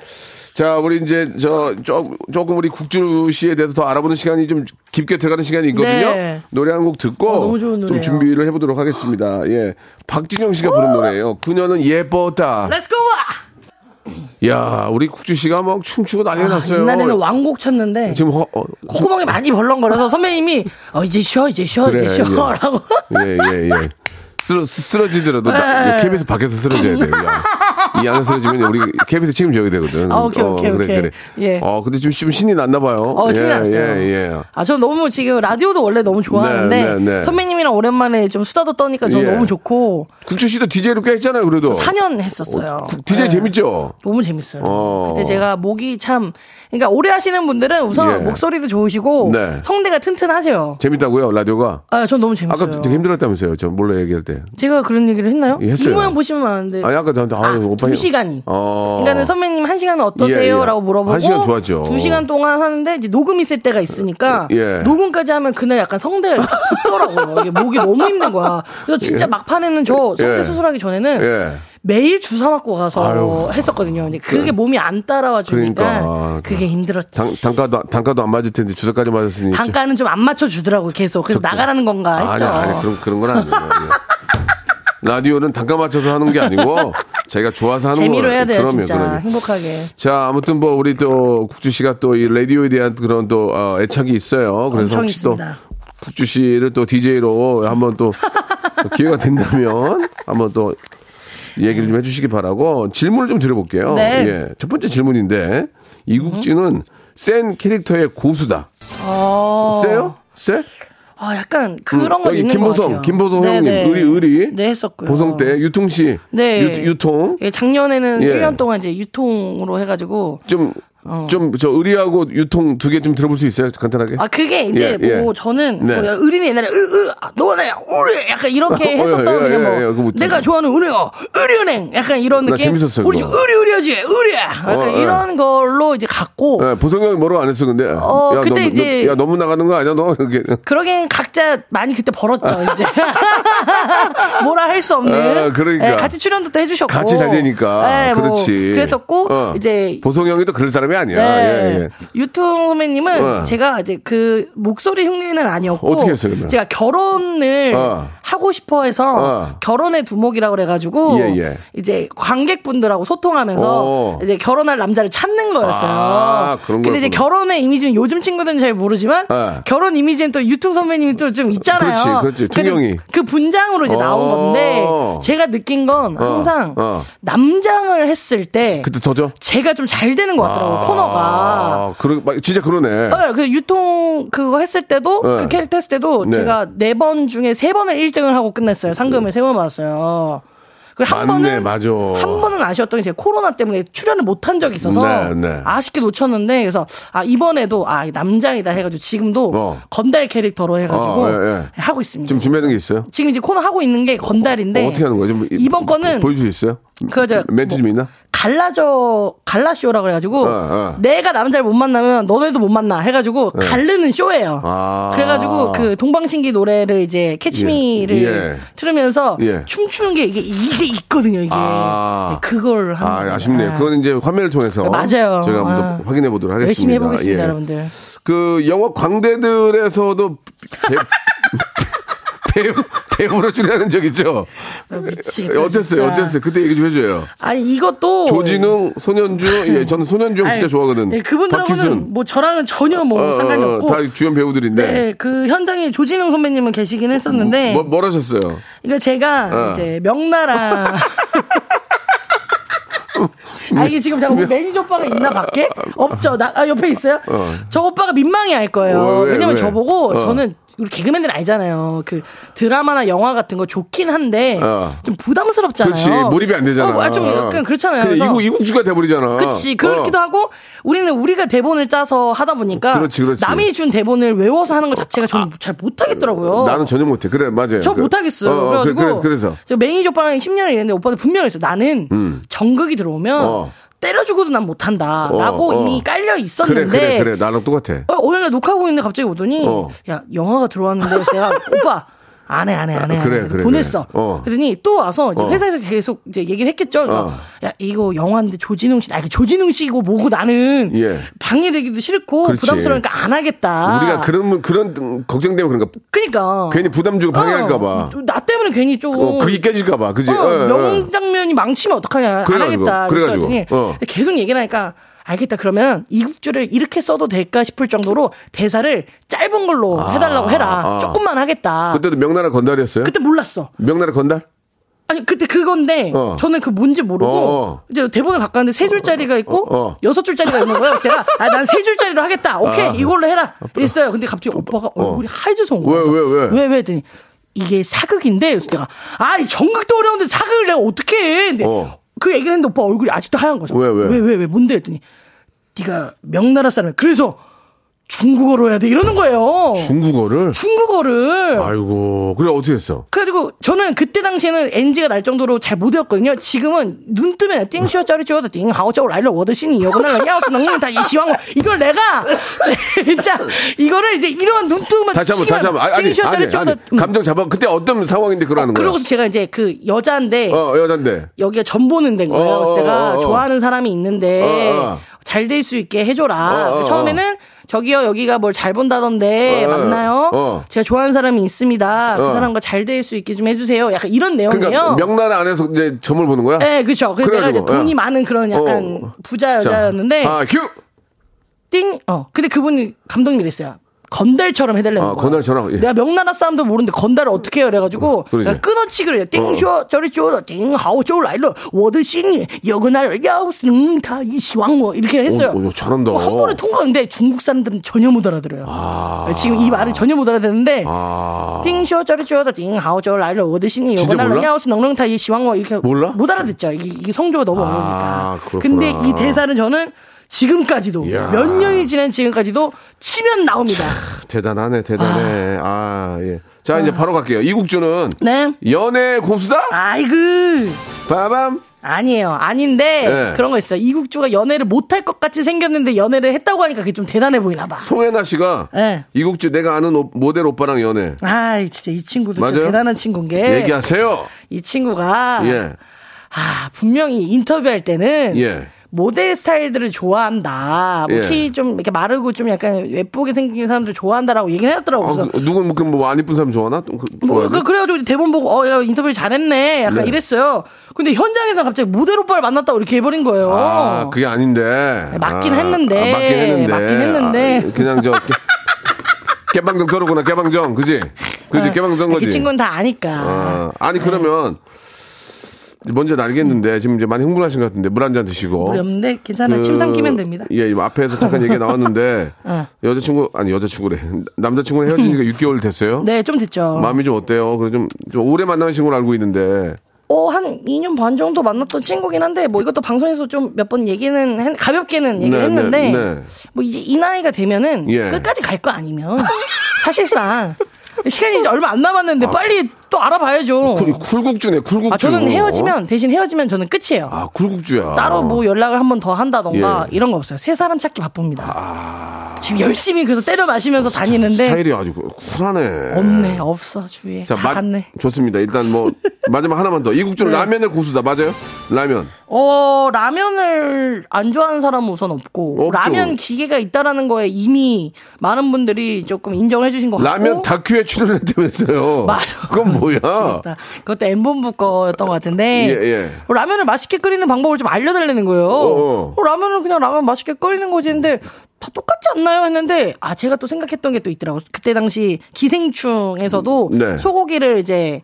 Speaker 3: 자 우리 이제 저 조, 조금 우리 국주 씨에 대해서 더 알아보는 시간이 좀 깊게 들어가는 시간이 있거든요.
Speaker 7: 네.
Speaker 3: 노래 한 곡 듣고
Speaker 7: 너무 좋은
Speaker 3: 좀
Speaker 7: 노래예요.
Speaker 3: 준비를 해보도록 하겠습니다. 예 박진영 씨가 부른 노래예요. 그녀는 예뻤다.
Speaker 7: Let's go! 아,
Speaker 3: 야 우리 국주 씨가 막 춤추고 난리가 났어요.
Speaker 7: 옛날에는 왕곡 쳤는데
Speaker 3: 지금 허, 어,
Speaker 7: 콧구멍이 많이 벌렁거려서 선배님이 어, 이제 쉬어, 이제 쉬어,
Speaker 3: 그래,
Speaker 7: 이제 쉬어.
Speaker 3: 예.
Speaker 7: 라고.
Speaker 3: 예, 예, 예. 쓰러, 쓰러지더라도 나, KBS 밖에서 쓰러져야 돼. 그냥. 이 안에 쓰러지면 우리 KBS 책임져야 되거든. 어,
Speaker 7: 아, 오케이, 오케이,
Speaker 3: 그래,
Speaker 7: 오케이.
Speaker 3: 그래.
Speaker 7: 예.
Speaker 3: 어, 근데 지금, 지금 신이 났나 봐요.
Speaker 7: 어, 신이
Speaker 3: 예,
Speaker 7: 났어요.
Speaker 3: 예, 예.
Speaker 7: 아, 저 너무 지금 라디오도 원래 너무 좋아하는데
Speaker 3: 네, 네, 네.
Speaker 7: 선배님이랑 오랜만에 좀 수다도 떠니까 저
Speaker 3: 예.
Speaker 7: 는 너무 좋고
Speaker 3: 국주 씨도 DJ로 꽤 했잖아요, 그래도.
Speaker 7: 4년 했었어요.
Speaker 3: 어, 구- DJ
Speaker 7: 네.
Speaker 3: 재밌죠?
Speaker 7: 너무 재밌어요.
Speaker 3: 어.
Speaker 7: 그때 제가 목이 참 그러니까 오래 하시는 분들은 우선
Speaker 3: 예.
Speaker 7: 목소리도 좋으시고
Speaker 3: 네.
Speaker 7: 성대가 튼튼하세요.
Speaker 3: 재밌다고요, 라디오가?
Speaker 7: 아, 전 너무 재밌어요.
Speaker 3: 아까 되게 힘들었다면서요, 저 몰래 얘기할 때.
Speaker 7: 제가 그런 얘기를 했나요?
Speaker 3: 예, 했어요.
Speaker 7: 이 모양 보시면 아는데.
Speaker 3: 아니, 아까 저한테, 아유, 오빠.
Speaker 7: 두 시간이.
Speaker 3: 어.
Speaker 7: 그러니까는 선배님 한 시간은 어떠세요?
Speaker 3: 예, 예.
Speaker 7: 라고 물어보고
Speaker 3: 한 시간 좋았죠.
Speaker 7: 두 시간 동안 하는데 이제 녹음 있을 때가 있으니까
Speaker 3: 예.
Speaker 7: 녹음까지 하면 그날 약간 성대가 이렇게 붙더라고요. 이게 목이 너무 힘든 거야. 그래서 진짜 막판에는 저 성대
Speaker 3: 예.
Speaker 7: 수술하기 전에는
Speaker 3: 예.
Speaker 7: 매일 주사 맞고 가서
Speaker 3: 아유.
Speaker 7: 했었거든요. 근데 그게 몸이 안 따라와
Speaker 3: 그러니까.
Speaker 7: 주니까 그게 힘들었지.
Speaker 3: 당, 단가도, 단가도 안 맞을 텐데 주사까지 맞았으니. 좀-
Speaker 7: 단가는 좀 안 맞춰 주더라고 계속. 그래서 나가라는 건가
Speaker 3: 그렇죠. 아니,
Speaker 7: 했죠.
Speaker 3: 아니, 그런, 그런 건 아니에요. 예. 라디오는 단가 맞춰서 하는 게 아니고, 자기가 좋아서 하는
Speaker 7: 재미로
Speaker 3: 거예요.
Speaker 7: 해야 돼요,
Speaker 3: 그럼요,
Speaker 7: 진짜.
Speaker 3: 그럼요.
Speaker 7: 행복하게.
Speaker 3: 자, 아무튼 뭐, 우리 또, 국주 씨가 또 이 라디오에 대한 그런 또, 어, 애착이 있어요. 그래서
Speaker 7: 엄청
Speaker 3: 혹시 또,
Speaker 7: 있습니다.
Speaker 3: 국주 씨를 또 DJ로 한번 또, 기회가 된다면, 한번 또, 얘기를 좀 해주시기 바라고, 질문을 좀 드려볼게요.
Speaker 7: 네.
Speaker 3: 예. 첫 번째 질문인데, 이국주는 센 캐릭터의 고수다.
Speaker 7: 어.
Speaker 3: 세요? 세?
Speaker 7: 아, 약간 그런 건
Speaker 3: 여기
Speaker 7: 있는 것
Speaker 3: 김보성,
Speaker 7: 같아요.
Speaker 3: 김보성
Speaker 7: 네,
Speaker 3: 형님,
Speaker 7: 네.
Speaker 3: 의리, 의리.
Speaker 7: 네, 했었고요.
Speaker 3: 보성 때, 유통 씨.
Speaker 7: 네.
Speaker 3: 유, 통
Speaker 7: 예, 작년에는
Speaker 3: 예.
Speaker 7: 1년 동안 이제 유통으로 해가지고
Speaker 3: 좀, 좀, 저 의리하고 유통 두 개 좀 들어볼 수 있어요? 간단하게?
Speaker 7: 어. 아 그게 이제
Speaker 3: 예,
Speaker 7: 뭐
Speaker 3: 예.
Speaker 7: 저는
Speaker 3: 네.
Speaker 7: 뭐 의리는 옛날에 으으 너네 우리 약간 이렇게
Speaker 3: 어,
Speaker 7: 했었던
Speaker 3: 예, 예,
Speaker 7: 그냥 뭐
Speaker 3: 예, 예, 그거 뭐죠?
Speaker 7: 내가 좋아하는 은행어 의리은행 약간 이런
Speaker 3: 나
Speaker 7: 느낌
Speaker 3: 재밌었어요,
Speaker 7: 우리
Speaker 3: 그거.
Speaker 7: 의리 의리하지 의리야 약간
Speaker 3: 어, 예.
Speaker 7: 이런 걸로 이제 갖고
Speaker 3: 예, 보성 형이 뭐라고 안 했어, 근데.
Speaker 7: 어,
Speaker 3: 야,
Speaker 7: 그때
Speaker 3: 너,
Speaker 7: 이제-
Speaker 3: 너, 야, 너무 나가는 거 아니야, 너? 이렇게.
Speaker 7: 그러긴 각자 많이 그때 벌었죠 이제 뭐라 할 수 없는
Speaker 3: 아, 그러니까.
Speaker 7: 예, 같이 출연도 또 해주셨고
Speaker 3: 같이 잘 되니까.
Speaker 7: 예, 뭐
Speaker 3: 그렇지.
Speaker 7: 그랬었고
Speaker 3: 어.
Speaker 7: 이제
Speaker 3: 보성 형이 또 그럴 사람이 아니야.
Speaker 7: 네.
Speaker 3: 예, 예.
Speaker 7: 유통 선배님은
Speaker 3: 어.
Speaker 7: 제가 이제 그 목소리 흉내는 아니었고
Speaker 3: 어떻게 했어요, 그러면?
Speaker 7: 제가 결혼을
Speaker 3: 어.
Speaker 7: 하고 싶어 해서
Speaker 3: 어.
Speaker 7: 결혼의 두목이라고 그래 가지고
Speaker 3: 예, 예.
Speaker 7: 이제 관객분들하고 소통하면서
Speaker 3: 오.
Speaker 7: 이제 결혼할 남자를 찾는 거였어요.
Speaker 3: 아, 그런
Speaker 7: 근데 이제
Speaker 3: 거였구나.
Speaker 7: 결혼의 이미지는 요즘 친구들은 잘 모르지만
Speaker 3: 예.
Speaker 7: 결혼 이미지는 또 유통 선배님이 또 좀 있잖아요.
Speaker 3: 그렇지, 그렇지.
Speaker 7: 그래서
Speaker 3: 중형이.
Speaker 7: 그 분장으로 이제 나온
Speaker 3: 어.
Speaker 7: 건데 제가 느낀 건 항상
Speaker 3: 어.
Speaker 7: 남장을 했을 때
Speaker 3: 그때 더죠?
Speaker 7: 제가 좀 잘 되는 것 같더라고요, 코너가.
Speaker 3: 아, 그러, 막 진짜 그러네.
Speaker 7: 네, 그 유통 그거 했을 때도
Speaker 3: 네.
Speaker 7: 그 캐릭터 했을 때도
Speaker 3: 네.
Speaker 7: 제가 네 번 중에 세 번을 1등을 하고 끝냈어요. 상금을 세 번 받았어요. 그리고 한
Speaker 3: 맞네,
Speaker 7: 번은
Speaker 3: 맞아.
Speaker 7: 한 번은 아쉬웠던 게 제가 코로나 때문에 출연을 못 한 적이 있어서
Speaker 3: 네, 네.
Speaker 7: 아쉽게 놓쳤는데 그래서 아 이번에도 아 남장이다 해가지고 지금도
Speaker 3: 어.
Speaker 7: 건달 캐릭터로 해가지고
Speaker 3: 어, 예, 예.
Speaker 7: 하고 있습니다.
Speaker 3: 좀 준비하는 게 있어요?
Speaker 7: 지금 이제 코너 하고 있는 게 건달인데
Speaker 3: 어, 떻게 하는 거예요? 좀 이-
Speaker 7: 네. 이번 거는
Speaker 3: 보여줄 수 있어요?
Speaker 7: 그, 저,
Speaker 3: 멘트 좀
Speaker 7: 뭐,
Speaker 3: 있나?
Speaker 7: 갈라져 갈라쇼라고 해가지고
Speaker 3: 어, 어.
Speaker 7: 내가 남자를 못 만나면 너네도 못 만나 해가지고 갈르는 쇼예요.
Speaker 3: 아.
Speaker 7: 그래가지고 그 동방신기 노래를 이제 캐치미를
Speaker 3: 예.
Speaker 7: 틀으면서
Speaker 3: 예.
Speaker 7: 춤추는 게 이게 이게 있거든요. 이게 네,
Speaker 3: 아.
Speaker 7: 그걸 하는
Speaker 3: 아,
Speaker 7: 거예요. 네,
Speaker 3: 아쉽네요. 그건 이제 화면을 통해서
Speaker 7: 맞아요.
Speaker 3: 제가 한번
Speaker 7: 아.
Speaker 3: 더 확인해 보도록 하겠습니다.
Speaker 7: 열심히 해보겠습니다,
Speaker 3: 예.
Speaker 7: 여러분들.
Speaker 3: 그 영어 광대들에서도 배, 배우 배우로 출연한 적 있죠.
Speaker 7: 아, 미치겠다.
Speaker 3: 어땠어요?
Speaker 7: 진짜.
Speaker 3: 어땠어요? 그때 얘기 좀 해줘요.
Speaker 7: 아니 이것도
Speaker 3: 조진웅, 손현주, 예, 저는 손현주 형 진짜
Speaker 7: 아니,
Speaker 3: 좋아하거든.
Speaker 7: 예, 그분들하고는
Speaker 3: 박희순.
Speaker 7: 뭐 저랑은 전혀 뭐 상관이
Speaker 3: 어, 어,
Speaker 7: 없고.
Speaker 3: 다 주연
Speaker 7: 네. 네.
Speaker 3: 배우들인데.
Speaker 7: 그 현장에 조진웅 선배님은 계시긴 했었는데.
Speaker 3: 뭐, 뭘 하셨어요?
Speaker 7: 그러니까 제가
Speaker 3: 어.
Speaker 7: 이제 명나라 아 이게 지금 잠깐 매니저 오빠가 있나 밖에 없죠 나 아, 옆에 있어요
Speaker 3: 어.
Speaker 7: 저 오빠가 민망해 할 거예요
Speaker 3: 왜, 왜,
Speaker 7: 왜냐면
Speaker 3: 왜?
Speaker 7: 저보고
Speaker 3: 어.
Speaker 7: 저는 우리 개그맨들 알잖아요 그 드라마나 영화 같은 거 좋긴 한데
Speaker 3: 어.
Speaker 7: 좀 부담스럽잖아요
Speaker 3: 그렇지. 몰입이 안 되잖아.
Speaker 7: 어, 아, 좀 약간 그렇잖아요
Speaker 3: 그냥
Speaker 7: 그래서
Speaker 3: 이국, 이국주가 돼버리잖아.
Speaker 7: 그렇지 그렇기도
Speaker 3: 어.
Speaker 7: 하고 우리는 우리가 대본을 짜서 하다 보니까
Speaker 3: 그렇지, 그렇지. 아,
Speaker 7: 남이 준 대본을 외워서 하는 것 자체가 저는 잘 못하겠더라고요
Speaker 3: 나는 전혀 못해. 그래, 맞아요.
Speaker 7: 저
Speaker 3: 그-
Speaker 7: 못하겠어요.
Speaker 3: 어, 어, 그래,
Speaker 7: 그래가지고
Speaker 3: 그래, 서 음.
Speaker 7: 저 매니저 오빠랑 10년을 일했는데 오빠는 분명히 했어. 나는 정극이 들어오면
Speaker 3: 어.
Speaker 7: 때려주고도 난 못한다라고
Speaker 3: 어, 어.
Speaker 7: 이미 깔려
Speaker 3: 그래,
Speaker 7: 있었는데
Speaker 3: 그래, 그래. 나랑 똑같아.
Speaker 7: 어, 오늘 날 녹화하고 있는데 갑자기 오더니
Speaker 3: 어.
Speaker 7: 야 영화가 들어왔는데 제가 오빠 안 해 안 해 안해
Speaker 3: 그래, 그래,
Speaker 7: 보냈어.
Speaker 3: 그래. 어.
Speaker 7: 그러니 또 와서 이제
Speaker 3: 어.
Speaker 7: 회사에서 계속 이제 얘기를 했겠죠. 그러니까
Speaker 3: 어.
Speaker 7: 야 이거 영화인데 조진웅 씨, 아 이게 조진웅 씨고 뭐고 나는
Speaker 3: 예.
Speaker 7: 방해되기도 싫고
Speaker 3: 그렇지.
Speaker 7: 부담스러우니까 안 하겠다.
Speaker 3: 우리가 그런, 문- 그런, 걱정되면 그러니까
Speaker 7: 그러니까
Speaker 3: 괜히 부담 주고 방해할까봐.
Speaker 7: 어, 나 때문에 괜히 좀
Speaker 3: 어, 그게 깨질까봐. 그지?
Speaker 7: 어,
Speaker 3: 예, 예.
Speaker 7: 명장면이 망치면 어떡하냐.
Speaker 3: 그래가지고,
Speaker 7: 안 하겠다.
Speaker 3: 그래가지고.
Speaker 7: 그랬더니
Speaker 3: 어.
Speaker 7: 근데 계속 얘기를 하니까 알겠다. 그러면 이국주를 이렇게 써도 될까 싶을 정도로 대사를 짧은 걸로 해달라고 해라.
Speaker 3: 아.
Speaker 7: 조금만 하겠다. 그때,
Speaker 3: 그때도 명나라 건달이었어요?
Speaker 7: 몰랐어.
Speaker 3: 명나라 건달?
Speaker 7: 아니 그때 그건데
Speaker 3: 어.
Speaker 7: 저는 그 뭔지 모르고
Speaker 3: 어.
Speaker 7: 이제 대본을 갖고 왔는데 세 줄짜리가 있고
Speaker 3: 어, 어.
Speaker 7: 여섯 줄짜리가 있는 거예요. 제가 아, 난 세 줄짜리로 하겠다. 오케이
Speaker 3: 아.
Speaker 7: 이걸로 해라. 있어요. 근데 갑자기 오빠가 얼굴이 하얘져서 온
Speaker 3: 왜,
Speaker 7: 거예요.
Speaker 3: 왜, 왜?
Speaker 7: 왜, 왜? 했더니 이게 사극인데 그래서 내가 아이 정극도 어려운데 사극을 내가 어떻게 해? 근데
Speaker 3: 어.
Speaker 7: 그 얘기를 했는데 오빠 얼굴이 아직도 하얀 거죠.
Speaker 3: 왜, 왜?
Speaker 7: 왜, 왜, 왜? 뭔데? 했더니 네가 명나라 사람이야. 그래서 중국어로 해야 돼 이러는 거예요.
Speaker 3: 중국어를?
Speaker 7: 중국어를
Speaker 3: 아이고. 그래, 어떻게 했어?
Speaker 7: 그래가지고 저는 그때 당시에는 NG가 날 정도로 잘 못외웠거든요. 지금은 눈 뜨면
Speaker 3: 네.
Speaker 7: 띵쇼 짜리 쪼어도 띵 하오 쪼 라일러 워드신이 여고나 야오 낭만 다이 시황 이걸 내가 진짜 이거를 이제 이런 눈 뜨면
Speaker 3: 다시 한 번, 다시 한 번. 아니,
Speaker 7: 띵쇼
Speaker 3: 아니,
Speaker 7: 짜리
Speaker 3: 아니,
Speaker 7: 쪼어도
Speaker 3: 아니. 감정 잡아. 그때 어떤 상황인데 그러는 거야?
Speaker 7: 아, 그러고서 제가 이제 그 여자인데
Speaker 3: 어, 여잔데.
Speaker 7: 여기가 전보는 된 거예요.
Speaker 3: 어,
Speaker 7: 그래서
Speaker 3: 어,
Speaker 7: 내가
Speaker 3: 어, 어.
Speaker 7: 좋아하는 사람이 있는데
Speaker 3: 어, 어.
Speaker 7: 잘 될 수 있게 해줘라. 그
Speaker 3: 어, 어,
Speaker 7: 처음에는 저기요 여기가 뭘 잘 본다던데
Speaker 3: 어, 어,
Speaker 7: 맞나요?
Speaker 3: 어.
Speaker 7: 제가 좋아하는 사람이 있습니다. 그
Speaker 3: 어.
Speaker 7: 사람과 잘 될 수 있게 좀 해주세요. 약간 이런 내용이에요.
Speaker 3: 그러니까 명나라 안에서 이제 점을 보는 거야?
Speaker 7: 네, 그렇죠. 그래서 내가 이제
Speaker 3: 그래가지고,
Speaker 7: 돈이
Speaker 3: 예.
Speaker 7: 많은 그런 약간
Speaker 3: 어.
Speaker 7: 부자
Speaker 3: 자,
Speaker 7: 여자였는데
Speaker 3: 아, 큐!
Speaker 7: 띵. 어. 근데 그분이 감독님이 랬어요 건달처럼 해달라는
Speaker 3: 아,
Speaker 7: 거야.
Speaker 3: 건달처럼, 예.
Speaker 7: 내가 명나라 사람도 모르는데 건달을 어떻게 해요? 그래가지고
Speaker 3: 그러지.
Speaker 7: 내가 끊어치기를 해. 띵쇼 저리 쇼 띵하오 쇼 라이러 워드싱이 여그날 야우스능타 이시왕모 이렇게 했어요.
Speaker 3: 오, 오, 잘한다.
Speaker 7: 어, 한 번에 통과하는데 중국 사람들은 전혀 못 알아들어요. 지금 이 말을 전혀 못 알아듣는데
Speaker 3: 아.
Speaker 7: 띵쇼 저리 쇼 띵하오 쇼 라이러 워드싱이
Speaker 3: 진짜
Speaker 7: 여그날
Speaker 3: 몰라?
Speaker 7: 야우스능타 이시왕모 이렇게
Speaker 3: 몰라?
Speaker 7: 못 알아듣죠. 이게, 이게 성조가 너무
Speaker 3: 아,
Speaker 7: 어려우니까.
Speaker 3: 그렇구나.
Speaker 7: 근데 이 대사는 저는 지금까지도
Speaker 3: 이야.
Speaker 7: 몇 년이 지난 지금까지도 치면 나옵니다.
Speaker 3: 대단하네, 대단해. 아, 예. 자, 이제 바로 갈게요. 이국주는
Speaker 7: 네.
Speaker 3: 연애 고수다?
Speaker 7: 아이고
Speaker 3: 빠밤.
Speaker 7: 아니에요 아닌데
Speaker 3: 네.
Speaker 7: 그런 거 있어요 이국주가 연애를 못할 것 같이 생겼는데 연애를 했다고 하니까 그게 좀 대단해 보이나 봐.
Speaker 3: 송혜나 씨가
Speaker 7: 예.
Speaker 3: 이국주 내가 아는 오- 모델 오빠랑 연애.
Speaker 7: 아이 진짜 이 친구도 진짜
Speaker 3: 맞아요?
Speaker 7: 대단한 친구인 게 이
Speaker 3: 얘기하세요.
Speaker 7: 친구가
Speaker 3: 예.
Speaker 7: 아 분명히 인터뷰할 때는
Speaker 3: 예.
Speaker 7: 모델 스타일들을 좋아한다. 뭐
Speaker 3: 예.
Speaker 7: 키 좀 이렇게 마르고 좀 약간 예쁘게 생긴 사람들 좋아한다라고 얘기를 해놨더라고요.
Speaker 3: 아,
Speaker 7: 그래서
Speaker 3: 그, 누군 뭐안 이쁜 사람 좋아하나? 또 그-
Speaker 7: 뭐,
Speaker 3: 좋아하나?
Speaker 7: 그, 그래가지고 이제 대본 보고, 어, 야, 인터뷰 잘했네. 약간
Speaker 3: 네.
Speaker 7: 이랬어요. 근데 현장에서 갑자기 모델 오빠를 만났다고 이렇게 해버린 거예요.
Speaker 3: 아, 그게 아닌데.
Speaker 7: 어. 맞긴
Speaker 3: 아,
Speaker 7: 했는데.
Speaker 3: 아, 맞긴 했는데.
Speaker 7: 맞긴 했는데.
Speaker 3: 아, 그냥 저. 깨- 깨방정 떨었구나, 깨방정. 그지? 그지, 깨방정 거지.
Speaker 7: 그 친구는 다 아니까.
Speaker 3: 아, 아니, 그러면. 먼저 알겠는데, 지금 이제 많이 흥분하신 것 같은데, 물 한 잔 드시고.
Speaker 7: 우리 없는데 괜찮아.
Speaker 3: 그-
Speaker 7: 침 삼키면 됩니다.
Speaker 3: 예, 이거 앞에서 잠깐 얘기 나왔는데,
Speaker 7: 어.
Speaker 3: 여자친구, 아니, 여자친구래. 남자친구랑 헤어진 지가 6개월 됐어요?
Speaker 7: 네, 좀 됐죠.
Speaker 3: 마음이 좀 어때요? 그래 좀, 좀 오래 만나는 친구로 알고 있는데,
Speaker 7: 어, 한 2년 반 정도 만났던 친구긴 한데, 뭐 이것도 방송에서 좀 몇 번 얘기는, 했- 가볍게는 얘기를
Speaker 3: 네,
Speaker 7: 했는데,
Speaker 3: 네, 네.
Speaker 7: 뭐 이제 이 나이가 되면은
Speaker 3: 예.
Speaker 7: 끝까지 갈 거 아니면, 사실상, 시간이 이제 얼마 안
Speaker 3: 아.
Speaker 7: 남았는데, 빨리 또 알아봐야죠.
Speaker 3: 쿨, 쿨국주네, 쿨국주.
Speaker 7: 어. 아, 저는 헤어지면, 대신 헤어지면 저는 끝이에요.
Speaker 3: 그렇죠. 아, 굴국주야.
Speaker 7: 따로 뭐 연락을 한 번 더 한다던가
Speaker 3: 예. 아.
Speaker 7: 이런 거 없어요. 새 사람 찾기 바쁩니다. 지금 열심히 그래서 때려 마시면서 다니는데
Speaker 3: 스타일이 아주 쿨하네.
Speaker 7: 없네, 없어 주위에 다
Speaker 3: 맛-
Speaker 7: 갔네. 네.
Speaker 3: 좋습니다. 일단 뭐 마지막 하나만 더. 이국준 라면의 고수다. 맞아요? 라면.
Speaker 7: 어 라면을 안 좋아하는 사람은 우선 없고
Speaker 3: 없죠.
Speaker 7: 라면 기계가 있다라는 거에 이미 많은 분들이 조금 인정해 주신 것 같고
Speaker 3: 라면 다큐에 출연했다면서요.
Speaker 7: 맞아.
Speaker 3: 그건 뭐야?
Speaker 7: 맞습니다. 그것도 엠본부 거였던 것 같은데
Speaker 3: 예, 예.
Speaker 7: 어, 라면을 맛있게 끓이는 방법을 좀 알려달라는 거예요.
Speaker 3: 어.
Speaker 7: 어, 라면은 그냥 라면 맛있게 끓이는 거지 근데 다 똑같지 않나요? 했는데 아 제가 또 생각했던 게 또 있더라고요. 그때 당시 기생충에서도
Speaker 3: 네.
Speaker 7: 소고기를 이제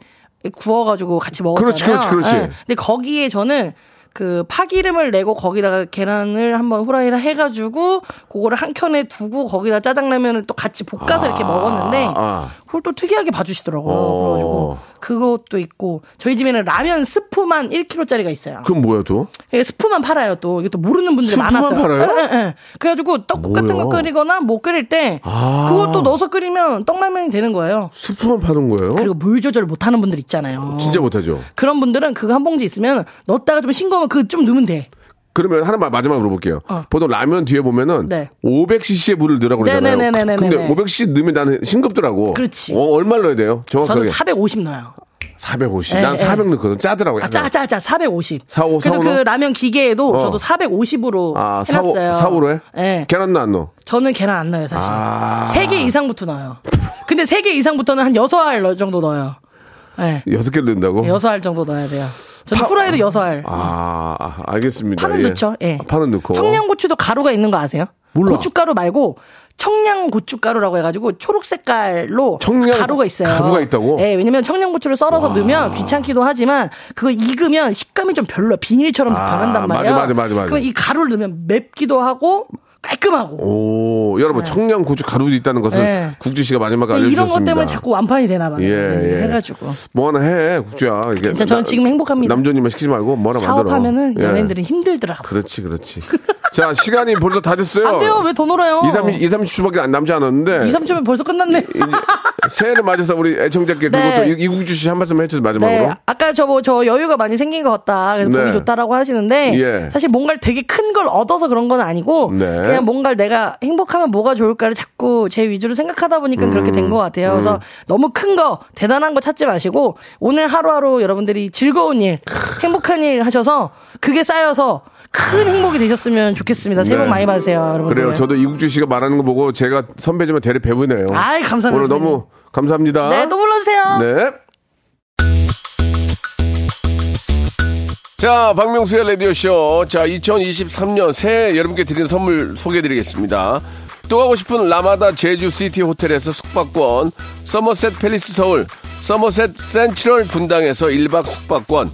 Speaker 7: 구워가지고 같이 먹었잖아요.
Speaker 3: 그렇지, 그렇지, 그렇지.
Speaker 7: 예. 근데 거기에 저는 그 파기름을 내고 거기다가 계란을 한번 후라이를 해가지고 그거를 한 켠에 두고 거기다 짜장라면을 또 같이 볶아서 이렇게 먹었는데
Speaker 3: 아.
Speaker 7: 그걸 또 특이하게 봐주시더라고요.
Speaker 3: 어.
Speaker 7: 그래가지고 그것도 있고 저희 집에는 라면 스프만 1kg짜리가 있어요.
Speaker 3: 그건 뭐야 또?
Speaker 7: 예, 스프만 팔아요. 또 이게 또 모르는 분들이
Speaker 3: 스프만
Speaker 7: 많았어요.
Speaker 3: 팔아요?
Speaker 7: 예, 예, 예. 그래가지고 떡국 같은 거
Speaker 3: 뭐야?
Speaker 7: 끓이거나 뭐 끓일 때
Speaker 3: 아.
Speaker 7: 그것도 넣어서 끓이면 떡라면이 되는 거예요.
Speaker 3: 스프만 파는 거예요?
Speaker 7: 그리고 어. 물 조절 못하는 분들 있잖아요.
Speaker 3: 진짜 못하죠.
Speaker 7: 그런 분들은 그거 한 봉지 있으면 넣었다가 좀 싱거우면 그 좀 넣으면 돼.
Speaker 3: 그러면 하나만 마지막 물어볼게요. 보통 라면 뒤에 보면은
Speaker 7: 네.
Speaker 3: 500cc의 물을 넣으라고 그러잖아요.
Speaker 7: 네네네네네네.
Speaker 3: 근데 500cc 넣으면 나는 싱겁더라고.
Speaker 7: 그렇지.
Speaker 3: 어, 얼마 넣어야 돼요?
Speaker 7: 저는
Speaker 3: 정확하게.
Speaker 7: 450 넣어요.
Speaker 3: 450.
Speaker 7: 네,
Speaker 3: 난
Speaker 7: 네.
Speaker 3: 400 넣거든. 짜더라고.
Speaker 7: 아,
Speaker 3: 약간.
Speaker 7: 짜, 짜, 짜, 450.
Speaker 3: 사오,
Speaker 7: 그래서
Speaker 3: 사오로?
Speaker 7: 그 라면 기계에도
Speaker 3: 어.
Speaker 7: 저도 450으로
Speaker 3: 아, 사오,
Speaker 7: 해놨어요.
Speaker 3: 사오로 해?
Speaker 7: 네.
Speaker 3: 계란 넣어 안 넣어?
Speaker 7: 저는 계란 안 넣어요, 사실.
Speaker 3: 아.
Speaker 7: 세 3개 이상부터 넣어요. 근데 3개 이상부터는 한 6알 정도 넣어요. 예.
Speaker 3: 여섯 개를 넣는다고?
Speaker 7: 6알 정도 넣어야 돼요. 저는 후라이도 6알.
Speaker 3: 아, 아, 알겠습니다.
Speaker 7: 파는
Speaker 3: 예.
Speaker 7: 넣죠. 예.
Speaker 3: 아, 파는 넣고.
Speaker 7: 청양고추도 가루가 있는 거 아세요?
Speaker 3: 몰라.
Speaker 7: 고춧가루 말고 청양고춧가루라고 해가지고 초록 색깔로
Speaker 3: 청양-
Speaker 7: 가루가 있어요.
Speaker 3: 가루가 있다고?
Speaker 7: 예, 왜냐면 청양고추를 썰어서 넣으면 귀찮기도 하지만 그거 익으면 식감이 좀 별로 비닐처럼
Speaker 3: 아,
Speaker 7: 변한단
Speaker 3: 맞아,
Speaker 7: 말이에요.
Speaker 3: 맞아, 맞아, 맞아.
Speaker 7: 그럼 이 가루를 넣으면 맵기도 하고 깔끔하고.
Speaker 3: 오, 여러분 청양 고추 가루도 있다는 것은
Speaker 7: 네.
Speaker 3: 국주 씨가 마지막에
Speaker 7: 예. 근데
Speaker 3: 알려주셨습니다.
Speaker 7: 이런 것 때문에 자꾸 완판이 되나 봐요. 네,
Speaker 3: 예, 예.
Speaker 7: 해가지고.
Speaker 3: 뭐 하나 해, 국주야. 이게
Speaker 7: 진짜 저는 지금 행복합니다.
Speaker 3: 남존님만 시키지 말고 뭐나 만들어.
Speaker 7: 사업하면은
Speaker 3: 예.
Speaker 7: 연예인들은 힘들더라고.
Speaker 3: 그렇지, 그렇지. 자, 시간이 벌써 다 됐어요.
Speaker 7: 안 돼요. 왜 더 놀아요?
Speaker 3: 2, 3, 2, 30초밖에 안 남지 않았는데.
Speaker 7: 2, 3초면 벌써 끝났네.
Speaker 3: 새해를 맞아서 우리 애청자께
Speaker 7: 네.
Speaker 3: 그리고 또 이국주 씨 한 말씀 해주세요, 마지막으로.
Speaker 7: 네, 아까 저 뭐 저 여유가 많이 생긴 것 같다. 그래서
Speaker 3: 네.
Speaker 7: 몸이 좋다라고 하시는데
Speaker 3: 예.
Speaker 7: 사실 뭔가를 되게 큰 걸 얻어서 그런 건 아니고
Speaker 3: 네.
Speaker 7: 그냥 뭔가를 내가 행복하면 뭐가 좋을까를 자꾸 제 위주로 생각하다 보니까
Speaker 3: 음.
Speaker 7: 그렇게 된 것 같아요. 그래서 너무 큰 거, 대단한 거 찾지 마시고 오늘 하루하루 여러분들이 즐거운 일, 행복한 일 하셔서 그게 쌓여서 큰 행복이 되셨으면 좋겠습니다. 새해 복
Speaker 3: 네.
Speaker 7: 많이 받으세요, 여러분.
Speaker 3: 그래요. 저도 이국주 씨가 말하는 거 보고 제가 선배지만 대리 배우네요.
Speaker 7: 아이, 감사합니다.
Speaker 3: 오늘 너무 감사합니다.
Speaker 7: 네, 또 불러주세요.
Speaker 3: 네. 자, 박명수의 라디오쇼. 자, 2023년 새해 여러분께 드리는 선물 소개해 드리겠습니다. 입동하고 싶은 라마다 제주시티 호텔에서 숙박권, 서머셋 팰리스 서울, 서머셋 센트럴 분당에서 1박 숙박권,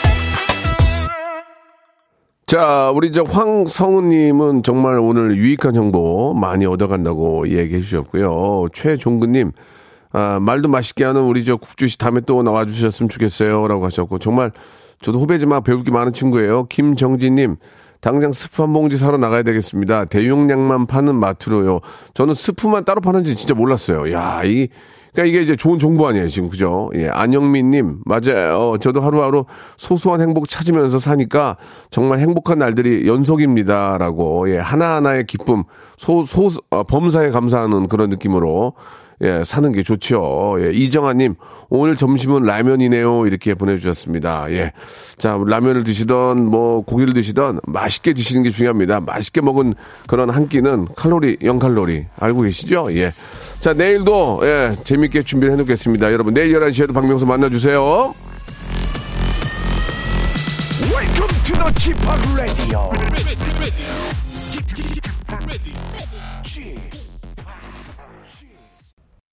Speaker 3: 자, 우리 저 황성우님은 정말 오늘 유익한 정보 많이 얻어간다고 얘기해 주셨고요. 최종근님, 아, 말도 맛있게 하는 우리 저 국주씨 다음에 또 나와 주셨으면 좋겠어요. 라고 하셨고, 정말 저도 후배지만 배울 게 많은 친구예요. 김정진님, 당장 스프 한 봉지 사러 나가야 되겠습니다. 대용량만 파는 마트로요. 저는 스프만 따로 파는지 진짜 몰랐어요. 야, 이, 그러니까 이게 이제 좋은 정보 아니에요, 지금. 그죠? 예, 안영민님, 맞아요. 저도 하루하루 소소한 행복 찾으면서 사니까 정말 행복한 날들이 연속입니다. 라고, 예, 하나하나의 기쁨, 소, 소, 어, 범사에 감사하는 그런 느낌으로 예, 사는 게 좋죠. 예, 이정아님, 오늘 점심은 라면이네요. 이렇게 보내주셨습니다. 예. 자, 라면을 드시던, 뭐, 고기를 드시던 맛있게 드시는 게 중요합니다. 맛있게 먹은 그런 한 끼는 칼로리, 0칼로리. 알고 계시죠? 예. 자, 내일도, 예, 재밌게 준비를 해놓겠습니다. 여러분, 내일 11시에도 박명수 만나주세요.
Speaker 1: Welcome to the Chip Radio.
Speaker 8: Ready, ready, ready, ready.